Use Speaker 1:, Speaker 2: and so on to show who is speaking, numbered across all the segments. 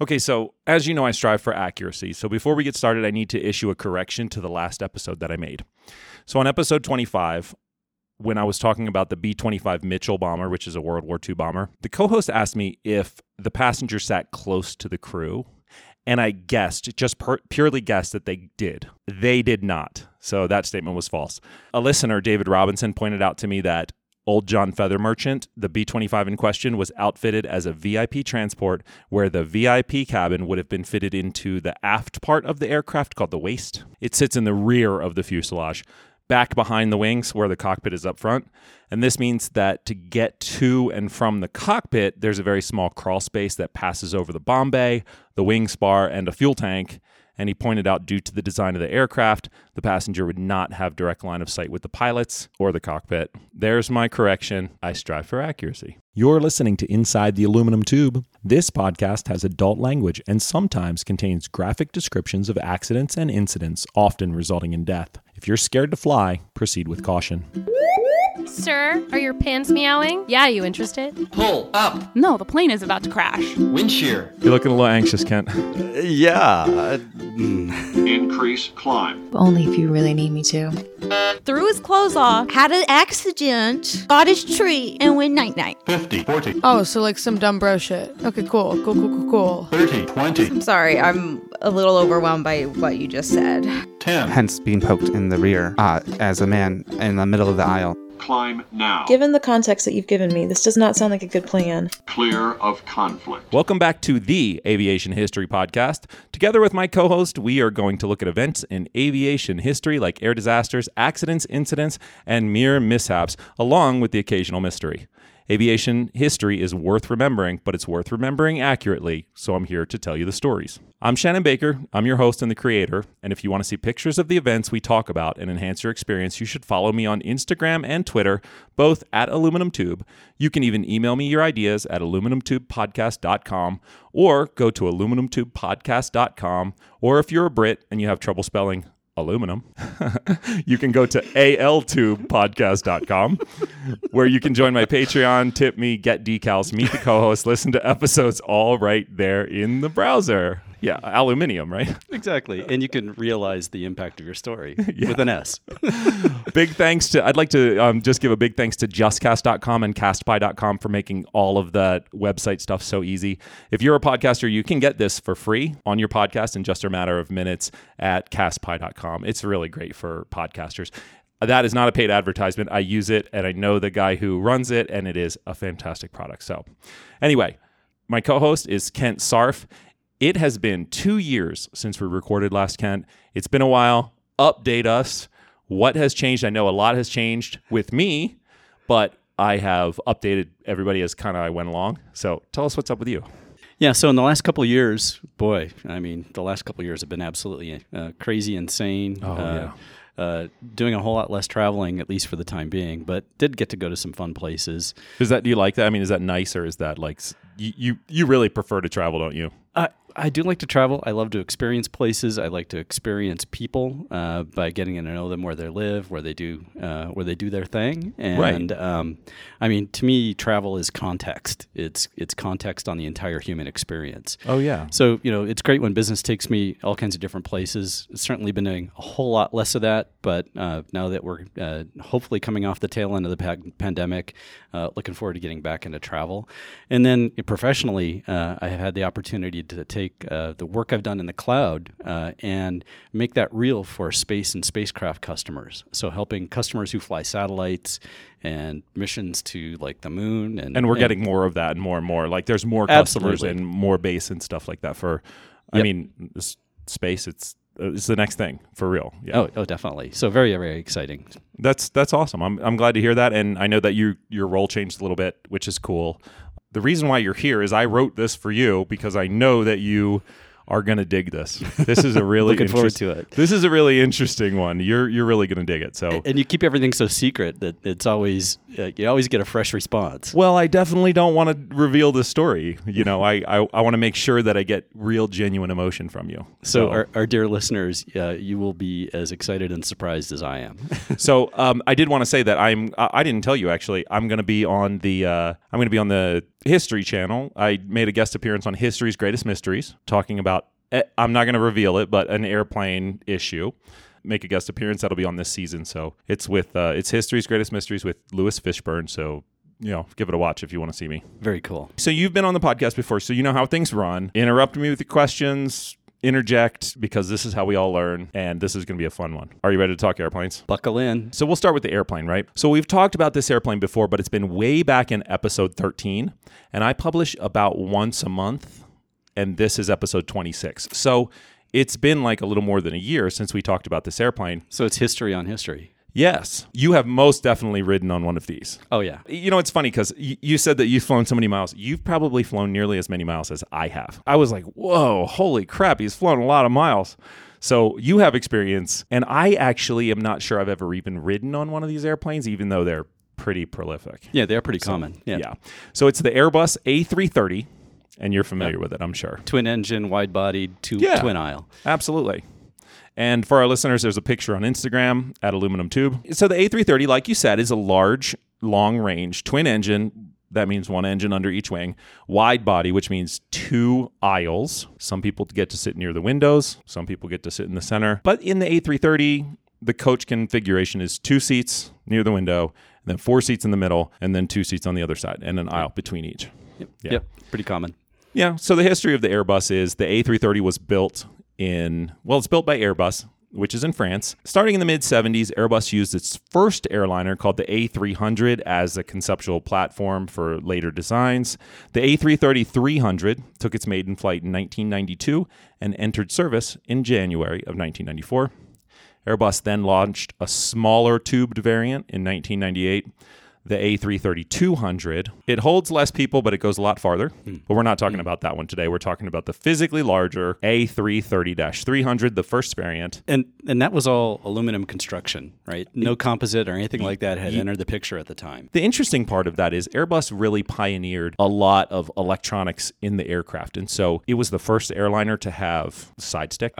Speaker 1: Okay, so as you know, I strive for accuracy. So before we get started, I need to issue a correction to the last episode that I made. So on episode 25, when I was talking about the B 25 Mitchell bomber, which is a World War II bomber, the co host asked me if the passenger sat close to the crew. And I guessed, just per- purely guessed, that they did. They did not. So that statement was false. A listener, David Robinson, pointed out to me that Old John Feather Merchant, the B 25 in question, was outfitted as a VIP transport where the VIP cabin would have been fitted into the aft part of the aircraft called the waist. It sits in the rear of the fuselage, back behind the wings where the cockpit is up front. And this means that to get to and from the cockpit, there's a very small crawl space that passes over the bomb bay, the wing spar, and a fuel tank and he pointed out due to the design of the aircraft, the passenger would not have direct line of sight with the pilots or the cockpit. There's my correction. I strive for accuracy.
Speaker 2: You're listening to Inside the Aluminum Tube. This podcast has adult language and sometimes contains graphic descriptions of accidents and incidents, often resulting in death. If you're scared to fly, proceed with caution.
Speaker 3: Sir, are your pants meowing? Yeah, you interested?
Speaker 4: Pull up.
Speaker 5: No, the plane is about to crash.
Speaker 4: Wind shear.
Speaker 1: You're looking a little anxious, Kent.
Speaker 6: Yeah.
Speaker 7: Increase climb.
Speaker 8: Only if you really need me to.
Speaker 9: Threw his clothes off, had an accident, got his tree, and went night night.
Speaker 7: 50, 40,
Speaker 10: Oh, so like some dumb bro shit. Okay, cool, cool, cool, cool, cool.
Speaker 7: 30, 20,
Speaker 8: I'm sorry, I'm a little overwhelmed by what you just said.
Speaker 7: 10.
Speaker 6: Hence being poked in the rear uh, as a man in the middle of the aisle.
Speaker 7: Climb now.
Speaker 11: Given the context that you've given me, this does not sound like a good plan.
Speaker 7: Clear of conflict.
Speaker 1: Welcome back to the Aviation History Podcast. Together with my co host, we are going to look at events in aviation history like air disasters, accidents, incidents, and mere mishaps, along with the occasional mystery. Aviation history is worth remembering, but it's worth remembering accurately, so I'm here to tell you the stories. I'm Shannon Baker, I'm your host and the creator, and if you want to see pictures of the events we talk about and enhance your experience, you should follow me on Instagram and Twitter, both at Aluminum Tube. You can even email me your ideas at aluminumtubepodcast.com or go to aluminumtubepodcast.com, or if you're a Brit and you have trouble spelling, aluminum, you can go to altubepodcast.com where you can join my Patreon, tip me, get decals, meet the co host, listen to episodes all right there in the browser. Yeah, aluminium, right?
Speaker 12: Exactly. And you can realize the impact of your story with an S.
Speaker 1: big thanks to, I'd like to um, just give a big thanks to justcast.com and castpy.com for making all of that website stuff so easy. If you're a podcaster, you can get this for free on your podcast in just a matter of minutes at castpy.com. It's really great for podcasters. That is not a paid advertisement. I use it and I know the guy who runs it, and it is a fantastic product. So, anyway, my co host is Kent Sarf. It has been two years since we recorded last, Kent. It's been a while. Update us. What has changed? I know a lot has changed with me, but I have updated everybody as kind of I went along. So tell us what's up with you.
Speaker 12: Yeah. So in the last couple of years, boy, I mean, the last couple of years have been absolutely uh, crazy, insane.
Speaker 1: Oh,
Speaker 12: uh, Uh, doing a whole lot less traveling, at least for the time being, but did get to go to some fun places.
Speaker 1: Is that do you like that? I mean, is that nice or is that like s- you you, you really prefer to travel, don't you?
Speaker 12: I, I do like to travel. I love to experience places. I like to experience people uh, by getting to know them where they live, where they do, uh, where they do their thing.
Speaker 1: Right.
Speaker 12: And um, I mean, to me, travel is context. It's it's context on the entire human experience.
Speaker 1: Oh yeah.
Speaker 12: So you know, it's great when business takes me all kinds of different places. It's certainly been doing a whole lot less of that, but uh, now that we're uh, hopefully coming off the tail end of the pa- pandemic, uh, looking forward to getting back into travel. And then professionally, uh, I have had the opportunity to take uh, the work I've done in the cloud uh, and make that real for space and spacecraft customers. So helping customers who fly satellites and missions to like the moon and
Speaker 1: And we're getting more of that and more and more. Like there's more customers
Speaker 12: Absolutely.
Speaker 1: and more base and stuff like that for I
Speaker 12: Yep.
Speaker 1: mean, s- space it's uh, it's the next thing for real. Yeah.
Speaker 12: Oh, oh, definitely. So very, very exciting.
Speaker 1: That's that's awesome. I'm I'm glad to hear that, and I know that you your role changed a little bit, which is cool. The reason why you're here is I wrote this for you because I know that you are gonna dig this. This is a really
Speaker 12: Looking forward
Speaker 1: interest-
Speaker 12: to it.
Speaker 1: This is a really interesting one. You're you're really gonna dig it. So.
Speaker 12: and you keep everything so secret that it's always uh, you always get a fresh response.
Speaker 1: well, I definitely don't want to reveal this story. You know, I, I, I want to make sure that I get real, genuine emotion from you.
Speaker 12: So, our, our dear listeners, uh, you will be as excited and surprised as I am.
Speaker 1: So um, I did want to say that I'm. I I didn't tell you actually. I'm going to be on the. Uh, I'm going to be on the History Channel. I made a guest appearance on History's Greatest Mysteries, talking about, eh, I'm not going to reveal it, but an airplane issue. Make a guest appearance that'll be on this season. So it's with, uh, it's History's Greatest Mysteries with Louis Fishburne. So, you know, give it a watch if you want to see me.
Speaker 12: Very cool.
Speaker 1: So you've been on the podcast before, so you know how things run. Interrupt me with your questions, interject, because this is how we all learn, and this is going to be a fun one. Are you ready to talk airplanes?
Speaker 12: Buckle in.
Speaker 1: So we'll start with the airplane, right? So we've talked about this airplane before, but it's been way back in episode 13, and I publish about once a month, and this is episode 26. So it's been like a little more than a year since we talked about this airplane.
Speaker 12: So it's history on history.
Speaker 1: Yes, you have most definitely ridden on one of these.
Speaker 12: Oh yeah.
Speaker 1: You know, it's funny because you said that you've flown so many miles. You've probably flown nearly as many miles as I have. I was like, whoa, holy crap, he's flown a lot of miles. So you have experience. And I actually am not sure I've ever even ridden on one of these airplanes, even though they're pretty prolific.
Speaker 12: Yeah, they're pretty common. Yeah.
Speaker 1: Yeah. So it's the Airbus A330, and you're familiar with it, I'm sure.
Speaker 12: Twin engine, wide bodied, two
Speaker 1: Yeah.
Speaker 12: twin aisle.
Speaker 1: Absolutely. And for our listeners, there's a picture on Instagram at Aluminum Tube. So the A330, like you said, is a large, long range twin engine. That means one engine under each wing, wide body, which means two aisles. Some people get to sit near the windows, some people get to sit in the center. But in the A330, the coach configuration is two seats near the window, and then four seats in the middle, and then two seats on the other side, and an aisle between each.
Speaker 12: Yep.
Speaker 1: Yeah.
Speaker 12: yep. Pretty common.
Speaker 1: Yeah. So the history of the Airbus is the A330 was built in, well, it's built by Airbus, which is in France. Starting in the mid 70s, Airbus used its first airliner called the A300 as a conceptual platform for later designs. The A330 300 took its maiden flight in 1992 and entered service in January of 1994. Airbus then launched a smaller tubed variant in 1998, the A330-200. It holds less people, but it goes a lot farther. But we're not talking about that one today. We're talking about the physically larger A330-300, the first variant.
Speaker 12: And and that was all aluminum construction, right? No composite or anything like that had entered the picture at the time.
Speaker 1: The interesting part of that is Airbus really pioneered a lot of electronics in the aircraft. And so it was the first airliner to have side stick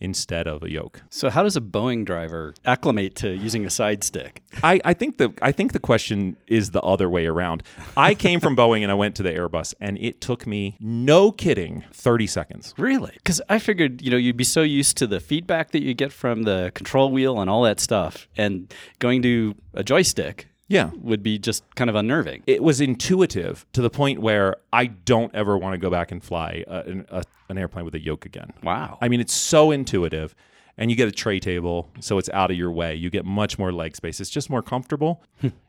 Speaker 1: instead of a yoke.
Speaker 12: So how does a Boeing driver acclimate to using a side stick?
Speaker 1: I, I think the I think the question is the other way around. I came from Boeing and I went to the Airbus, and it took me no kidding thirty seconds.
Speaker 12: Really? Because I figured, you know, you'd be so used to the feedback that you get from the control wheel and all that stuff, and going to a joystick
Speaker 1: Yeah,
Speaker 12: would be just kind of unnerving.
Speaker 1: it was intuitive to the point where I don't ever want to go back and fly a, an, a, an airplane with a yoke again.
Speaker 12: Wow.
Speaker 1: I mean, it's so intuitive. And you get a tray table, so it's out of your way. You get much more leg space. It's just more comfortable.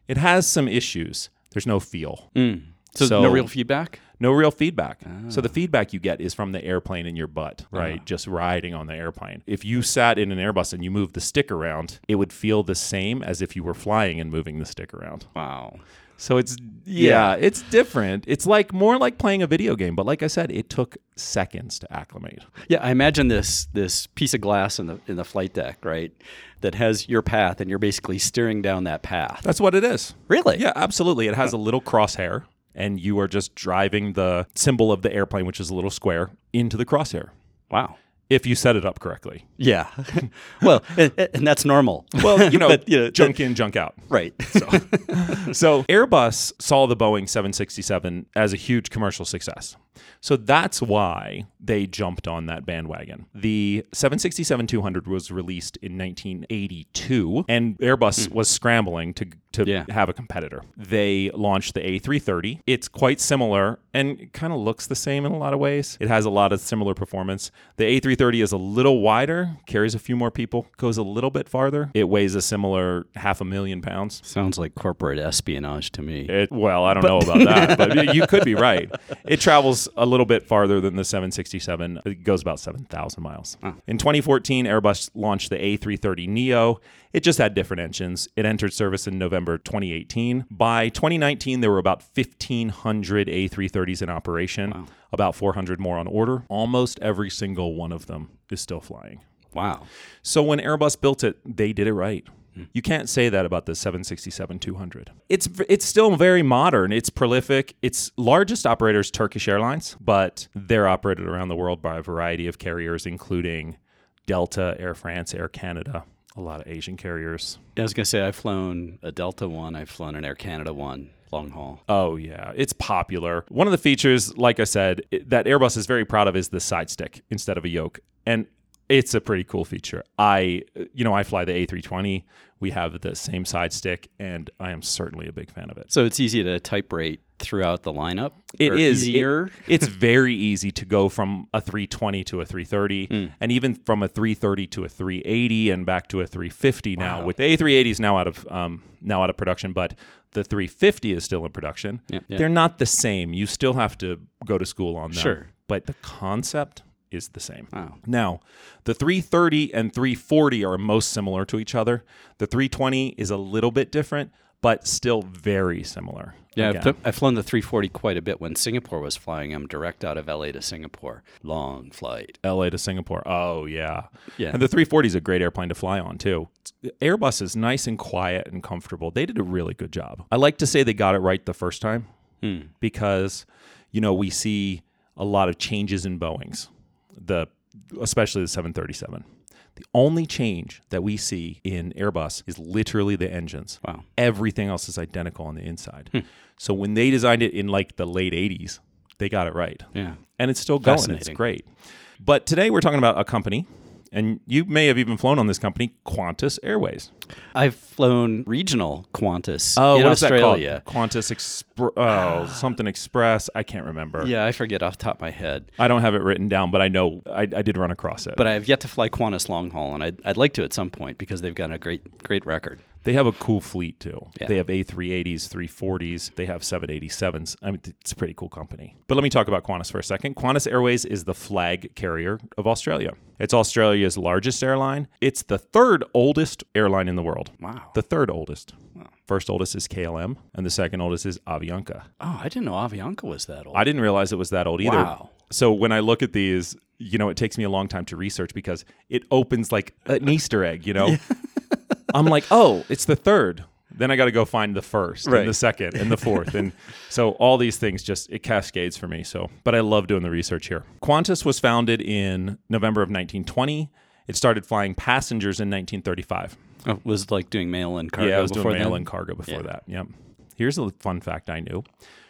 Speaker 1: it has some issues. There's no feel,
Speaker 12: Mm. so,
Speaker 1: so-
Speaker 12: no real feedback?
Speaker 1: no real feedback. So the feedback you get is from the airplane in your butt, right? Just riding on the airplane. If you sat in an Airbus and you moved the stick around, it would feel the same as if you were flying and moving the stick around.
Speaker 12: Wow.
Speaker 1: So it's yeah, it's different. It's like more like playing a video game, but like I said, it took seconds to acclimate.
Speaker 12: Yeah, I imagine this this piece of glass in the in the flight deck, right? That has your path and you're basically steering down that path.
Speaker 1: That's what it is.
Speaker 12: Really?
Speaker 1: Yeah, absolutely. It has a little crosshair and you are just driving the symbol of the airplane, which is a little square, into the crosshair
Speaker 12: Wow.
Speaker 1: if you set it up correctly.
Speaker 12: Yeah. well, and, and that's normal.
Speaker 1: Well, you know,
Speaker 12: But, yeah,
Speaker 1: junk in, junk out.
Speaker 12: right.
Speaker 1: So Airbus saw the Boeing 767 as a huge commercial success. So that's why they jumped on that bandwagon. The 767 200 was released in 1982, and Airbus was scrambling to, to
Speaker 12: Yeah.
Speaker 1: have a competitor. They launched the A330. It's quite similar and kind of looks the same in a lot of ways. It has a lot of similar performance. The A330 is a little wider, carries a few more people, goes a little bit farther. It weighs a similar half a million pounds.
Speaker 12: Sounds like corporate espionage to me.
Speaker 1: It, well, I don't know about that, but you- you could be right. It travels a little bit farther than the 767. It goes about 7,000 miles. In 2014, Airbus launched the A330 Neo. It just had different engines. It entered service in November 2018. By 2019, there were about 1,500 A330s in operation, about 400 more on order. Almost every single one of them is still flying.
Speaker 12: Wow.
Speaker 1: So when Airbus built it, they did it right. You can't say that about the 767 200. It's it's still very modern. It's prolific. Its largest operator is Turkish Airlines, but they're operated around the world by a variety of carriers, including Delta, Air France, Air Canada, A lot of Asian carriers.
Speaker 12: I was gonna say I've flown a Delta one, I've flown an Air Canada one long haul.
Speaker 1: Oh yeah, it's popular. One of the features, like I said, i- that Airbus is very proud of is the side stick instead of a yoke, and it's a pretty cool feature. I, you know, I fly the A320. We have the same side stick, and I am certainly a big fan of it.
Speaker 12: So it's easy to type rate throughout the lineup.
Speaker 1: It
Speaker 12: or
Speaker 1: is it-
Speaker 12: easier.
Speaker 1: it's very easy to go from a 320 to a 330,
Speaker 12: Hmm.
Speaker 1: and even from a 330 to a 380, and back to a 350 now. With the A380 is now out of um, now out of production, but the 350 is still in production.
Speaker 12: Yeah, yeah.
Speaker 1: They're not the same. You still have to go to school on them.
Speaker 12: Sure.
Speaker 1: but the concept is the same.
Speaker 12: Wow.
Speaker 1: Now, the 330 and 340 are most similar to each other. The 320 is a little bit different, but still very similar.
Speaker 12: Yeah,
Speaker 1: Again.
Speaker 12: I've, put- I've flown the 340 quite a bit when Singapore was flying. I'm direct out of LA to Singapore. Long flight.
Speaker 1: LA to Singapore. Oh yeah,
Speaker 12: Yeah.
Speaker 1: And the 340 is a great airplane to fly on too. Airbus is nice and quiet and comfortable. They did a really good job. I like to say they got it right the first time
Speaker 12: Hmm.
Speaker 1: because, you know, we see a lot of changes in Boeing's, the especially the 737. The only change that we see in Airbus is literally the engines.
Speaker 12: Wow. Hmm.
Speaker 1: Everything else is identical on the inside. So when they designed it in like the late 80s, they got it right
Speaker 12: Yeah.
Speaker 1: and it's still going. It's
Speaker 12: Fascinating.
Speaker 1: great. But today we're talking about a company, and you may have even flown on this company, Qantas Airways.
Speaker 12: I've flown regional Qantas in
Speaker 1: what is
Speaker 12: Oh, Australia.
Speaker 1: that called? Qantas Express, oh, something Express. I can't remember.
Speaker 12: Yeah, I forget off the top of my head.
Speaker 1: I don't have it written down, but I know I, I did run across it.
Speaker 12: But I have yet to fly Qantas long haul, and I'd, I'd like to at some point because they've got a great, great record.
Speaker 1: they have a cool fleet too.
Speaker 12: Yeah.
Speaker 1: They have A380s, 340s, they have 787s. I mean, it's a pretty cool company. But let me talk about Qantas for a second. Qantas Airways is the flag carrier of Australia. It's Australia's largest airline. It's the third oldest airline in the world.
Speaker 12: Wow.
Speaker 1: The third oldest. First oldest is KLM, and the second oldest is Avianca.
Speaker 12: Oh, I didn't know Avianca was that old.
Speaker 1: I didn't realize it was that old either.
Speaker 12: Wow.
Speaker 1: So when I look at these, you know, it takes me a long time to research because it opens like an Easter egg, you know? I'm like, oh, it's the third. Then I got to go find the first
Speaker 12: Right.
Speaker 1: and the second and the fourth. and so all these things just, it cascades for me. So, but I love doing the research here. Qantas was founded in November of 1920. It started flying passengers in 1935.
Speaker 12: Oh, was like doing mail and cargo
Speaker 1: Yeah, I was doing
Speaker 12: before
Speaker 1: mail
Speaker 12: then?
Speaker 1: and cargo before
Speaker 12: Yeah.
Speaker 1: that. Yep. Here's a fun fact I knew.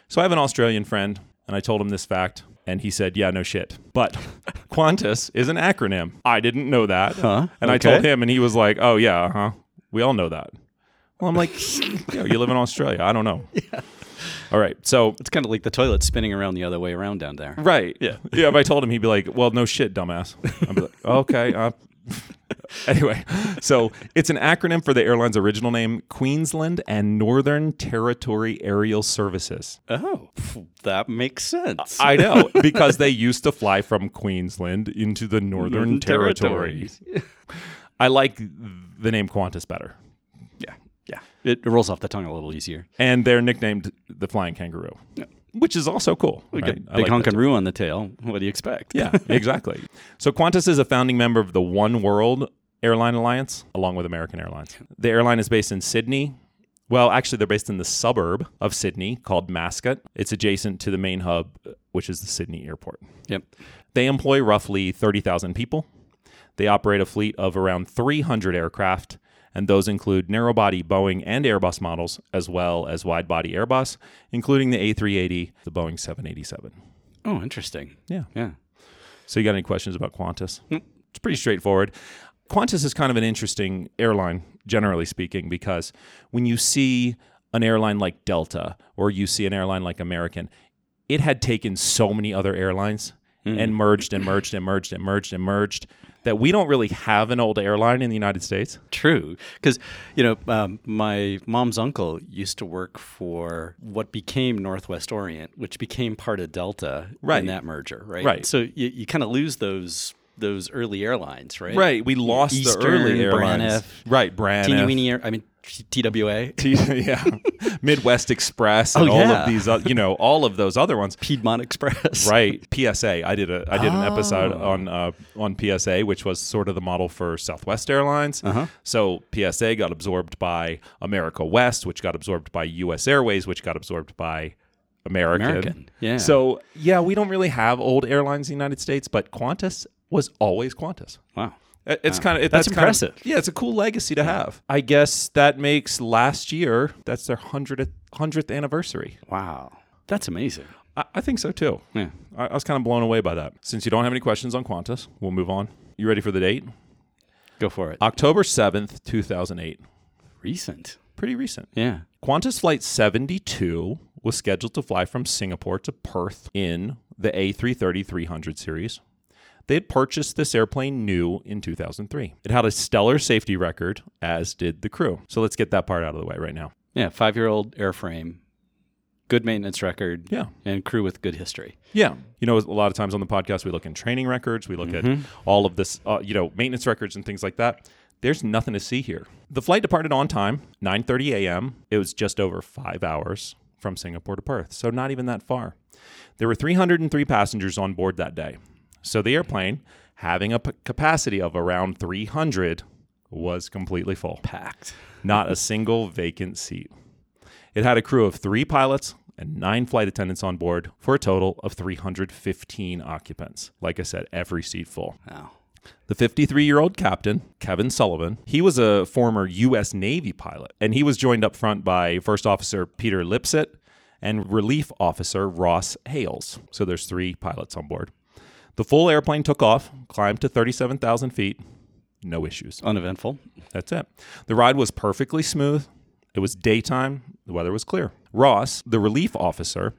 Speaker 1: So I have an Australian friend, and I told him this fact, and he said, "Yeah, no shit." But Qantas is an acronym. I didn't know that,
Speaker 12: Huh?
Speaker 1: and I
Speaker 12: Okay.
Speaker 1: told him, and he was like, "Oh yeah, uh huh. We all know that." Well, I'm like, Yo, "You live in Australia? I don't know." All right, so
Speaker 12: It's kind of like the toilet spinning around the other way around down there.
Speaker 1: Right. Yeah. Yeah. If I told him, he'd be like, "Well, no shit, dumbass." I'd be like, "Okay." Uh, anyway, so it's an acronym for the airline's original name, Queensland and Northern Territory Aerial Services.
Speaker 12: Oh, pff, that makes sense.
Speaker 1: I know because they used to fly from Queensland into the Northern, Territory. I like the name Qantas better,
Speaker 12: Yeah, yeah. It rolls off the tongue a little easier.
Speaker 1: and they're nicknamed the Flying Kangaroo, which is also cool.
Speaker 12: We
Speaker 1: right?
Speaker 12: got
Speaker 1: I
Speaker 12: big
Speaker 1: like
Speaker 12: honk
Speaker 1: that
Speaker 12: and roo on the tail. What do you expect?
Speaker 1: Yeah, exactly. So Qantas is a founding member of the One World Airline Alliance, along with American Airlines. The airline is based in Sydney. Well, actually, they're based in the suburb of Sydney called Mascot. It's adjacent to the main hub, which is the Sydney airport.
Speaker 12: Yep.
Speaker 1: They employ roughly 30,000 people. They operate a fleet of around 300 aircraft, and those include narrow body Boeing and Airbus models, as well as wide body Airbus, including the A380, the Boeing 787.
Speaker 12: Oh, interesting.
Speaker 1: Yeah.
Speaker 12: Yeah.
Speaker 1: So you got any questions about Qantas?
Speaker 12: Hmm.
Speaker 1: It's pretty straightforward. Qantas is kind of an interesting airline, generally speaking, because when you see an airline like Delta or you see an airline like American, it had taken so many other airlines
Speaker 12: Hmm.
Speaker 1: and merged and merged and merged and merged and merged that we don't really have an old airline in the United States.
Speaker 12: True. Because, you know, um, my mom's uncle used to work for what became Northwest Orient, which became part of Delta
Speaker 1: Right.
Speaker 12: in that merger, right?
Speaker 1: Right.
Speaker 12: So you, you kind of lose those those early airlines, right? E-,
Speaker 1: We lost
Speaker 12: Eastern,
Speaker 1: the early airlines.
Speaker 12: Braniff,
Speaker 1: Right, Braniff.
Speaker 12: Teeny weeny, air- I mean, TWA,
Speaker 1: T- yeah, Midwest Express and
Speaker 12: Oh,
Speaker 1: all
Speaker 12: yeah.
Speaker 1: of these, oth- you know, all of those other ones.
Speaker 12: Piedmont Express.
Speaker 1: Right. PSA. I did a I did an episode
Speaker 12: Oh.
Speaker 1: on uh, on PSA, which was sort of the model for Southwest Airlines.
Speaker 12: Uh-huh.
Speaker 1: So PSA got absorbed by America West, which got absorbed by U.S. Airways, which got absorbed by American.
Speaker 12: American, yeah.
Speaker 1: So yeah, we don't really have old airlines in the United States, but Qantas was always Qantas.
Speaker 12: Wow.
Speaker 1: Uh, It's kind of it,
Speaker 12: That's
Speaker 1: kind of-
Speaker 12: impressive.
Speaker 1: yeah, it's a cool legacy to have. I guess that makes last year that's their hundredth hundredth anniversary.
Speaker 12: Wow. That's amazing.
Speaker 1: I, I think so too.
Speaker 12: Yeah.
Speaker 1: I, I was kind of blown away by that. Since you don't have any questions on Qantas, we'll move on. You ready for the date?
Speaker 12: Go for it.
Speaker 1: October seventh, two thousand eight.
Speaker 12: Recent.
Speaker 1: Pretty recent.
Speaker 12: Yeah.
Speaker 1: Qantas Flight 72 was scheduled to fly from Singapore to Perth in the A330 300 series. They had purchased this airplane new in 2003. It had a stellar safety record, as did the crew. So let's get that part out of the way right now.
Speaker 12: Yeah. Five year old airframe. Good maintenance record.
Speaker 1: Yeah.
Speaker 12: And crew with good history.
Speaker 1: Yeah. You know, a lot of times on the podcast, we look in training records, we look at all of this, uh, you know, maintenance records and things like that. There's nothing to see here. The flight departed on time, 9:30 a.m. It was just over five hours from Singapore to Perth, so not even that far. There were 303 passengers on board that day, so the airplane, having a p- capacity of around 300, was completely full.
Speaker 12: Packed.
Speaker 1: Not a single vacant seat. It had a crew of three pilots and nine flight attendants on board for a total of 315 occupants. Like I said, every seat full.
Speaker 12: Wow.
Speaker 1: The 53 year old captain, Kevin Sullivan, he was a former U.S. Navy pilot, and he was joined up front by First Officer Peter Lipset and Relief Officer Ross Hales. So there's three pilots on board. The full airplane took off, climbed to 37,000 feet, no issues.
Speaker 12: Uneventful.
Speaker 1: That's it. The ride was perfectly smooth. It was daytime. The weather was clear. Ross, the relief officer,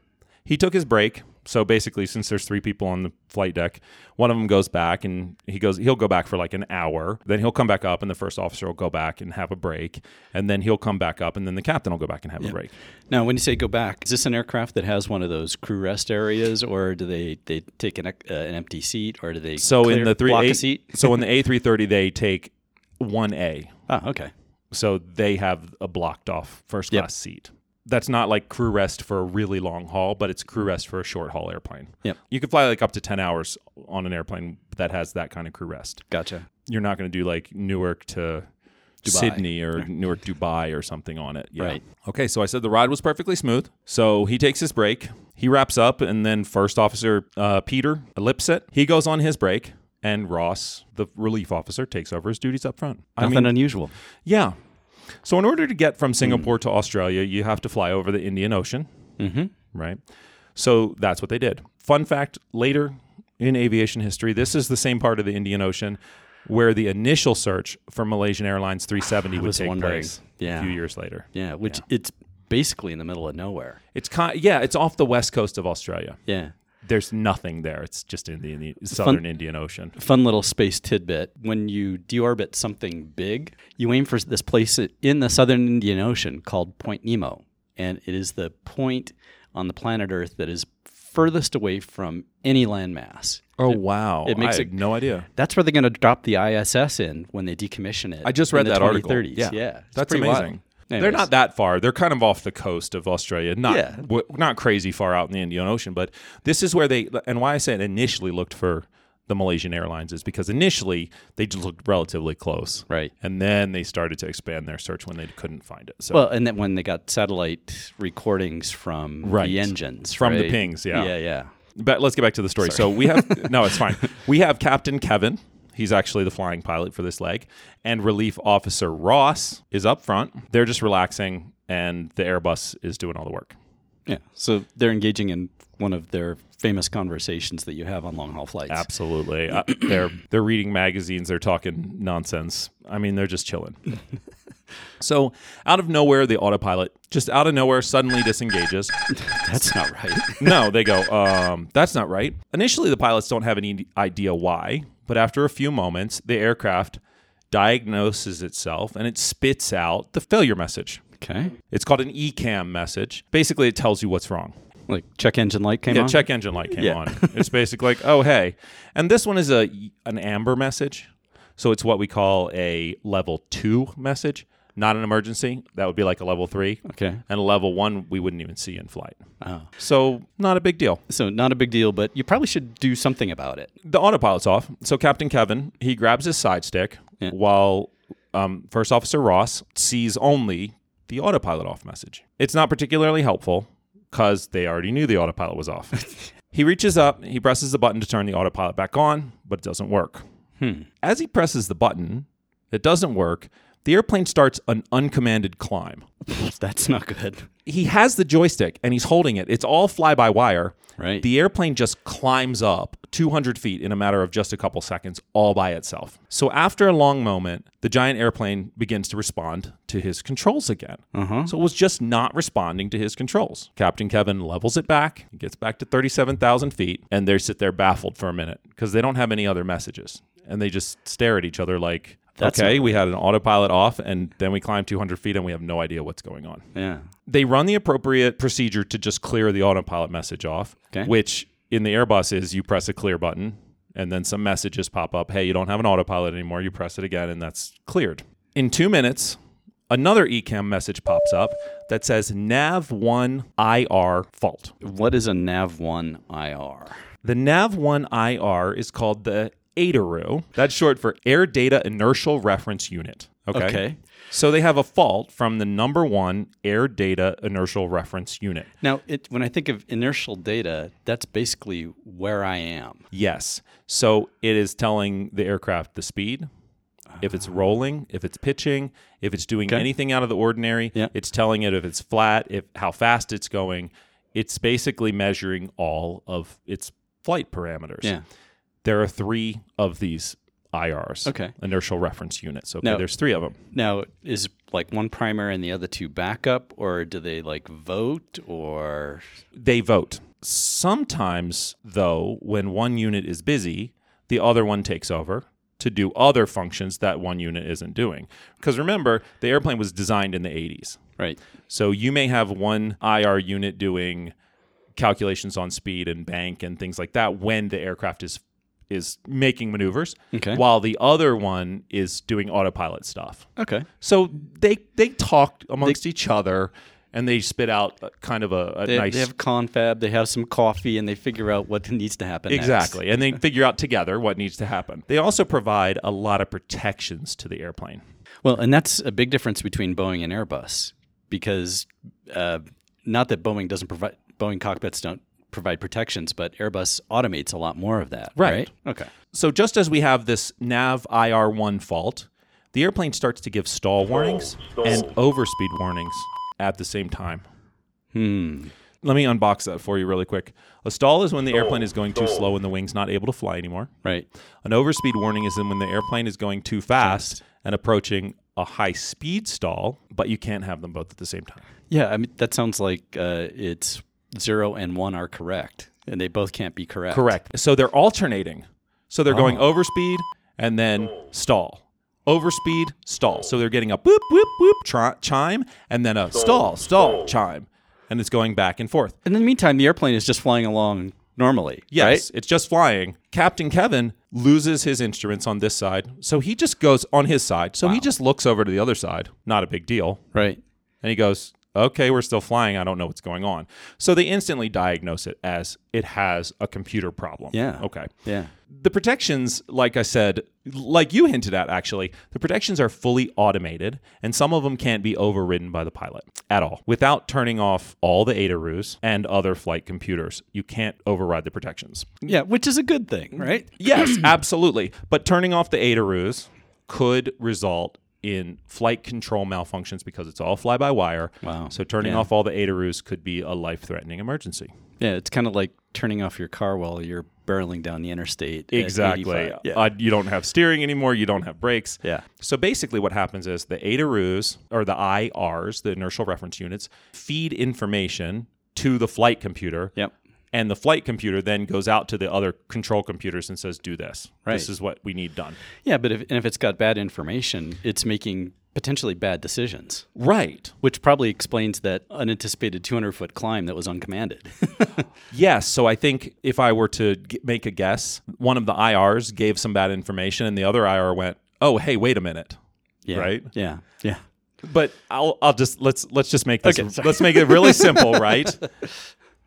Speaker 1: he took his break. So basically, since there's three people on the flight deck, one of them goes back and he goes, he'll go back for like an hour. Then he'll come back up and the first officer will go back and have a break. And then he'll come back up and then the captain will go back and have a break.
Speaker 12: Now, when you say go back, is this an aircraft that has one of those crew rest areas, or do they they take an, ec- uh, an empty seat, or do they
Speaker 1: So in
Speaker 12: clear-
Speaker 1: the three
Speaker 12: block
Speaker 1: A-
Speaker 12: a seat?
Speaker 1: so in the A330, they take 1A,
Speaker 12: Ah, okay.
Speaker 1: so they have a blocked off first
Speaker 12: Yep.
Speaker 1: class seat. That's not like crew rest for a really long haul, but it's crew rest for a short haul airplane.
Speaker 12: Yep.
Speaker 1: You could fly like up to 10 hours on an airplane that has that kind of crew rest.
Speaker 12: Gotcha.
Speaker 1: You're not going to do like Newark to
Speaker 12: Dubai.
Speaker 1: Sydney or Newark, Dubai or something on it. Yeah.
Speaker 12: Right.
Speaker 1: Okay. So I said the ride was perfectly smooth. So he takes his break. He wraps up, and then First Officer uh, Peter Lipset, he goes on his break, and Ross, the relief officer, takes over his duties up front.
Speaker 12: Nothing unusual.
Speaker 1: Yeah. So in order to get
Speaker 12: Hmm.
Speaker 1: from Singapore to Australia, you have to fly over the Indian Ocean, mm-hmm. right? So that's what they did. Fun fact: later in aviation history, this is the same part of the Indian Ocean where the initial search for Malaysian Airlines 370 would
Speaker 12: was
Speaker 1: take
Speaker 12: wondering.
Speaker 1: place a
Speaker 12: Yeah.
Speaker 1: few years later.
Speaker 12: Yeah, which it's basically in the middle of nowhere.
Speaker 1: It's kind, yeah, it's off the west coast of Australia.
Speaker 12: Yeah.
Speaker 1: There's nothing there. It's just in the, in the southern Indian Ocean.
Speaker 12: Fun little space tidbit. When you deorbit something big, you aim for this place in the southern Indian Ocean called Point Nemo. And it is the point on the planet Earth that is furthest away from any landmass.
Speaker 1: Oh wow!
Speaker 12: it makes
Speaker 1: I
Speaker 12: it-
Speaker 1: had no idea.
Speaker 12: That's where they're going to drop the ISS in when they decommission it.
Speaker 1: I just
Speaker 12: in
Speaker 1: read
Speaker 12: the
Speaker 1: that article.
Speaker 12: 2030s. Yeah. It's
Speaker 1: that's
Speaker 12: pretty
Speaker 1: amazing.
Speaker 12: wild.
Speaker 1: They're
Speaker 12: Anyways,
Speaker 1: not that far. They're kind of off the coast of Australia. Not
Speaker 12: Yeah.
Speaker 1: w- not crazy far out in the Indian Ocean, but this is where they and why I said initially looked for the Malaysian Airlines is because initially they just looked relatively close,
Speaker 12: Right.
Speaker 1: And then they started to expand their search when they couldn't find it. So
Speaker 12: Well, and then when they got satellite recordings from
Speaker 1: Right.
Speaker 12: the engines,
Speaker 1: From the
Speaker 12: right?
Speaker 1: pings, yeah.
Speaker 12: yeah, yeah.
Speaker 1: But let's get back to the story. So we have no, it's fine. We have Captain Kevin. He's actually the flying pilot for this leg, and Relief Officer Ross is up front. They're just relaxing, and the Airbus is doing all the work.
Speaker 12: Yeah. So they're engaging in one of their famous conversations that you have on long haul flights.
Speaker 1: Absolutely, uh, they're they're reading magazines. They're talking nonsense. I mean, they're just chilling. so out of nowhere, the autopilot just out of nowhere suddenly disengages.
Speaker 12: That's not right.
Speaker 1: no, they go, um, that's not right. Initially, the pilots don't have any idea why, but after a few moments, the aircraft diagnoses itself and it spits out the failure message.
Speaker 12: okay.
Speaker 1: It's called an ECAM message. Basically, it tells you what's wrong.
Speaker 12: Like check engine light came
Speaker 1: Yeah,
Speaker 12: on.
Speaker 1: check engine light came
Speaker 12: Yeah.
Speaker 1: on. It's basically like, oh hey, and this one is a an amber message, so it's what we call a level two message, not an emergency. That would be like a level three.
Speaker 12: Okay. Oh.
Speaker 1: and a level one we wouldn't even see in flight. So not a big deal.
Speaker 12: So not a big deal, but you probably should do something about it.
Speaker 1: the autopilot's off. So Captain Kevin he grabs his side stick
Speaker 12: Yeah.
Speaker 1: while um, First Officer Ross sees only the autopilot off message. It's not particularly helpful because they already knew the autopilot was off. he reaches up, he presses the button to turn the autopilot back on, but it doesn't work. As he presses the button, it doesn't work. The airplane starts an uncommanded climb.
Speaker 12: That's not good.
Speaker 1: He has the joystick and he's holding it. It's all fly by wire.
Speaker 12: Right.
Speaker 1: The airplane just climbs up 200 feet in a matter of just a couple seconds all by itself. So after a long moment, the giant airplane begins to respond to his controls again. Uh-huh. So it was just not responding to his controls. Captain Kevin levels it back, it gets back to 37,000 feet, and they sit there baffled for a minute because they don't have any other messages. And they just stare at each other like,
Speaker 12: That's
Speaker 1: okay,
Speaker 12: not-
Speaker 1: we had an autopilot off, and then we climbed 200 feet and we have no idea what's going on
Speaker 12: Yeah.
Speaker 1: they run the appropriate procedure to just clear the autopilot message off,
Speaker 12: Okay.
Speaker 1: which in the Airbus is you press a clear button and then some messages pop up. Hey, you don't have an autopilot anymore. You press it again and that's cleared. In two minutes, another ECAM message pops up that says NAV1IR fault.
Speaker 12: What is a Nav One IR?
Speaker 1: The NAV1IR is called the ADARU. That's short for Air Data Inertial Reference Unit.
Speaker 12: Okay.
Speaker 1: So they have a fault from the number one Air Data Inertial Reference Unit.
Speaker 12: Now, it, when I think of inertial data, that's basically where I am.
Speaker 1: Yes. So it is telling the aircraft the speed, if
Speaker 12: Ah.
Speaker 1: it's rolling, if it's pitching, if it's doing anything out of the ordinary.
Speaker 12: Yeah.
Speaker 1: It's telling it if it's flat, if how fast it's going. It's basically measuring all of its flight parameters.
Speaker 12: Yeah.
Speaker 1: There are three of these IRs.
Speaker 12: Okay.
Speaker 1: Inertial reference units. Okay.
Speaker 12: Now-
Speaker 1: there's three of them.
Speaker 12: Now, is like one primary and the other two backup, or do they like vote or
Speaker 1: They vote. Sometimes, though, when one unit is busy, the other one takes over to do other functions that one unit isn't doing. Because remember, the airplane was designed in the 80s.
Speaker 12: right?
Speaker 1: So you may have one IR unit doing calculations on speed and bank and things like that when the aircraft is is making maneuvers
Speaker 12: Okay.
Speaker 1: while the other one is doing autopilot stuff.
Speaker 12: Okay.
Speaker 1: So they they talked amongst each other and they spit out a- kind of a, a
Speaker 12: They,
Speaker 1: nice
Speaker 12: they have confab, they have some coffee, and they figure out what needs to happen. next.
Speaker 1: Exactly. And they figure out together what needs to happen. They also provide a lot of protections to the airplane.
Speaker 12: Well, and that's a big difference between Boeing and Airbus because uh, not that Boeing doesn't provide Boeing cockpits don't provide protections, but Airbus automates a lot more of that.
Speaker 1: Right.
Speaker 12: Okay.
Speaker 1: So just as we have this nav IR1 fault, the airplane starts to give stall warnings and overspeed warnings at the same time.
Speaker 12: Hmm.
Speaker 1: Let me unbox that for you really quick. A stall is when the airplane is going too slow and the wing's not able to fly anymore.
Speaker 12: Right.
Speaker 1: An overspeed warning is then when the airplane is going too fast and approaching a high speed stall, but you can't have them both at the same time.
Speaker 12: Yeah. I mean, that sounds like uh, it's zero and one are correct, and they both can't be correct.
Speaker 1: Correct. Oh. So they're alternating. So they're going overspeed and then stall. Overspeed, stall. So they're getting a boop, boop, boop tri- chime and then a stall, stall, chime. And it's going back and forth.
Speaker 12: In the meantime, the airplane is just flying along normally.
Speaker 1: Yes,
Speaker 12: Right?
Speaker 1: it's just flying. Captain Kevin loses his instruments on this side. So he just goes on his side. So he just looks over to the other side. Not a big deal.
Speaker 12: Right.
Speaker 1: And he goes, Okay, we're still flying. I don't know what's going on. So they instantly diagnose it as it has a computer problem.
Speaker 12: Yeah.
Speaker 1: Okay.
Speaker 12: Yeah.
Speaker 1: The protections, like I said, like you hinted at actually, the protections are fully automated and some of them can't be overridden by the pilot at all without turning off all the ADARUs and other flight computers. You can't override the protections.
Speaker 12: Yeah. Which is a good thing,
Speaker 1: Mm-hmm.
Speaker 12: right?
Speaker 1: Yes, absolutely. But turning off the ADARUs could result in flight control malfunctions because it's all fly by wire.
Speaker 12: Wow.
Speaker 1: So turning
Speaker 12: Yeah.
Speaker 1: off all the ADARUs could be a life threatening emergency.
Speaker 12: Yeah. It's kind of like turning off your car while you're barreling down the interstate. at 85. Yeah.
Speaker 1: Uh, you don't have steering anymore. You don't have brakes.
Speaker 12: Yeah.
Speaker 1: So basically, what happens is the ADARUs or the IRs, the inertial reference units, feed information to the flight computer.
Speaker 12: Yep.
Speaker 1: And the flight computer then goes out to the other control computers and says, "Do this.
Speaker 12: Right.
Speaker 1: This is what we need done."
Speaker 12: Yeah, but if, and if it's got bad information, it's making potentially bad decisions,
Speaker 1: Right.
Speaker 12: which probably explains that unanticipated 200 foot climb that was uncommanded.
Speaker 1: Yes. So I think if I were to g- make a guess, one of the IRs gave some bad information, and the other IR went, "Oh, hey, wait a minute."
Speaker 12: yeah.
Speaker 1: Right.
Speaker 12: Yeah. Yeah.
Speaker 1: but I'll I'll just let's let's just make this
Speaker 12: Okay, sorry.
Speaker 1: let's make it really simple, right?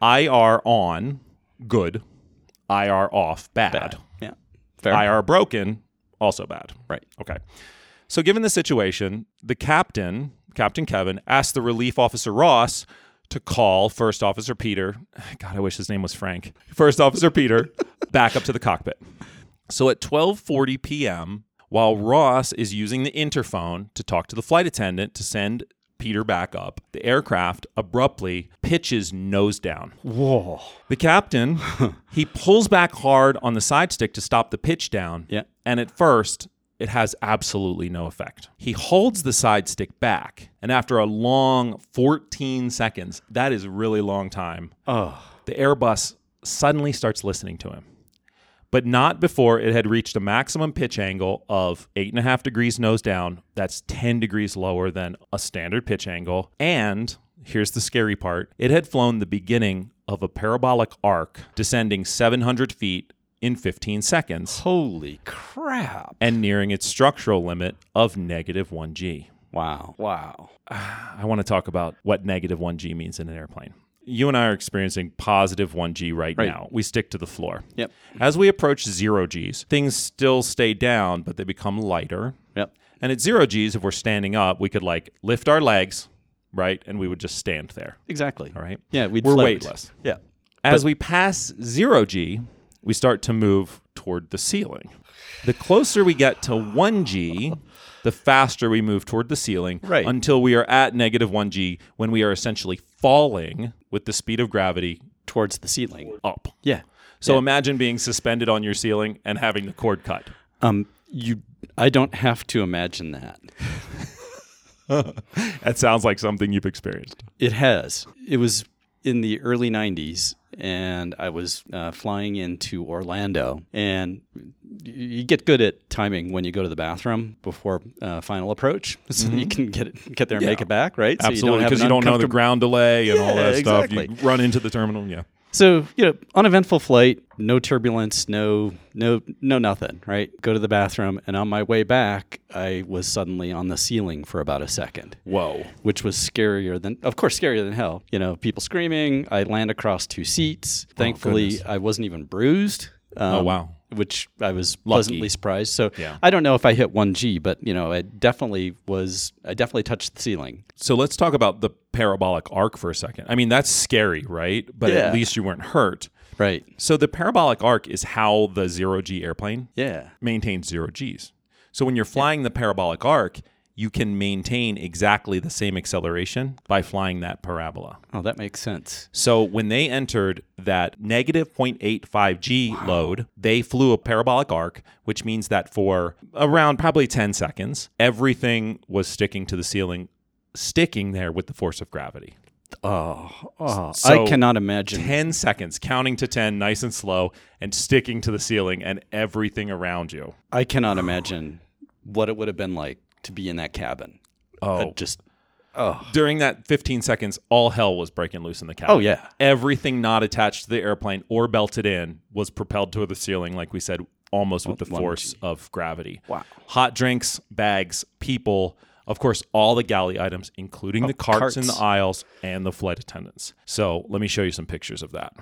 Speaker 1: IR on good, IR off bad,
Speaker 12: Yeah. Fair.
Speaker 1: IR broken also bad.
Speaker 12: Right.
Speaker 1: Okay. So given the situation, the captain, Captain Kevin, asked the relief officer Ross to call First Officer Peter. God, I wish his name was Frank. First Officer Peter back up to the cockpit. So at 12:40 p.m., while Ross is using the interphone to talk to the flight attendant to send Peter back up, the aircraft abruptly pitches nose down.
Speaker 12: Whoa.
Speaker 1: The captain, he pulls back hard on the side stick to stop the pitch down.
Speaker 12: Yeah.
Speaker 1: And at first, it has absolutely no effect. He holds the side stick back, and after a long 14 seconds, that is a really long time,
Speaker 12: Oh.
Speaker 1: the Airbus suddenly starts listening to him. But not before it had reached a maximum pitch angle of eight and a half degrees nose down. That's 10 degrees lower than a standard pitch angle. And here's the scary part it had flown the beginning of a parabolic arc descending 700 feet in 15 seconds
Speaker 12: Holy crap.
Speaker 1: and nearing its structural limit of negative 1G.
Speaker 12: Wow. Wow.
Speaker 1: I want to talk about what negative 1G means in an airplane. You and I are experiencing positive 1G right,
Speaker 12: Right.
Speaker 1: now. We stick to the floor.
Speaker 12: Yep.
Speaker 1: As we approach zero G's, things still stay down, but they become lighter.
Speaker 12: Yep.
Speaker 1: And at zero G's, if we're standing up, we could like lift our legs, right? And we would just stand there.
Speaker 12: Exactly.
Speaker 1: All right.
Speaker 12: Yeah, we'd
Speaker 1: We're
Speaker 12: float.
Speaker 1: weightless.
Speaker 12: Yeah.
Speaker 1: As we pass zero G, we start to move toward the ceiling. The closer we get to 1G, the faster we move toward the ceiling
Speaker 12: Right.
Speaker 1: until we are at negative 1G when we are essentially falling with the speed of gravity
Speaker 12: Towards the ceiling.
Speaker 1: up.
Speaker 12: Yeah.
Speaker 1: So
Speaker 12: Yeah.
Speaker 1: imagine being suspended on your ceiling and having the cord cut.
Speaker 12: Um you I don't have to imagine that.
Speaker 1: That sounds like something you've experienced.
Speaker 12: It has. It was in the early 90s, and I was uh, flying into Orlando. And y- you get good at timing when you go to the bathroom before uh, final approach, so you can get it, get there and make it back, right? So
Speaker 1: Absolutely,
Speaker 12: have
Speaker 1: because
Speaker 12: an
Speaker 1: you, don't know the
Speaker 12: uncomfortable-
Speaker 1: ground delay and all
Speaker 12: Yeah,
Speaker 1: that stuff. You
Speaker 12: exactly.
Speaker 1: run into the terminal, yeah.
Speaker 12: So you know, uneventful flight, no turbulence, no no no nothing, right? Go to the bathroom, and on my way back, I was suddenly on the ceiling for about a second.
Speaker 1: Whoa.
Speaker 12: which was scarier than, of course, scarier than hell. You know, people screaming. I land across two seats. Thankfully, I wasn't even bruised. Um,
Speaker 1: Oh, wow.
Speaker 12: Which I was pleasantly surprised. So
Speaker 1: Yeah.
Speaker 12: I don't know if I hit one G, but you know, I definitely was. I definitely touched the ceiling.
Speaker 1: So let's talk about the parabolic arc for a second. I mean, that's scary, right? But
Speaker 12: Yeah.
Speaker 1: at least you weren't hurt.
Speaker 12: Right.
Speaker 1: So the parabolic arc is how the zero G airplane
Speaker 12: Yeah.
Speaker 1: maintains zero Gs. So when you're flying the parabolic arc, you can maintain exactly the same acceleration by flying that parabola.
Speaker 12: Oh, that makes sense.
Speaker 1: So when they entered that negative 0.85 G load, they flew a parabolic arc, which means that for around probably 10 seconds, everything was sticking to the ceiling, sticking there with the force of gravity.
Speaker 12: Oh,
Speaker 1: So-
Speaker 12: I cannot imagine.
Speaker 1: 10 seconds, counting to 10, nice and slow, and sticking to the ceiling and everything around you.
Speaker 12: I cannot imagine what it would have been like to be in that cabin.
Speaker 1: Oh.
Speaker 12: Uh, just
Speaker 1: During that 15 seconds, all hell was breaking loose in the cabin.
Speaker 12: oh yeah.
Speaker 1: Everything not attached to the airplane or belted in was propelled to the ceiling, like we said, almost with the
Speaker 12: One
Speaker 1: force of gravity.
Speaker 12: Wow.
Speaker 1: Hot drinks, bags, people, of course, all the galley items, including the carts, in
Speaker 12: carts.
Speaker 1: the aisles and the flight attendants. So let me show you some pictures of that.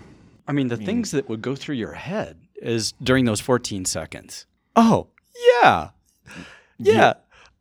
Speaker 12: I mean, the things that would go through your head is during those 14 seconds. Oh, yeah. Yeah.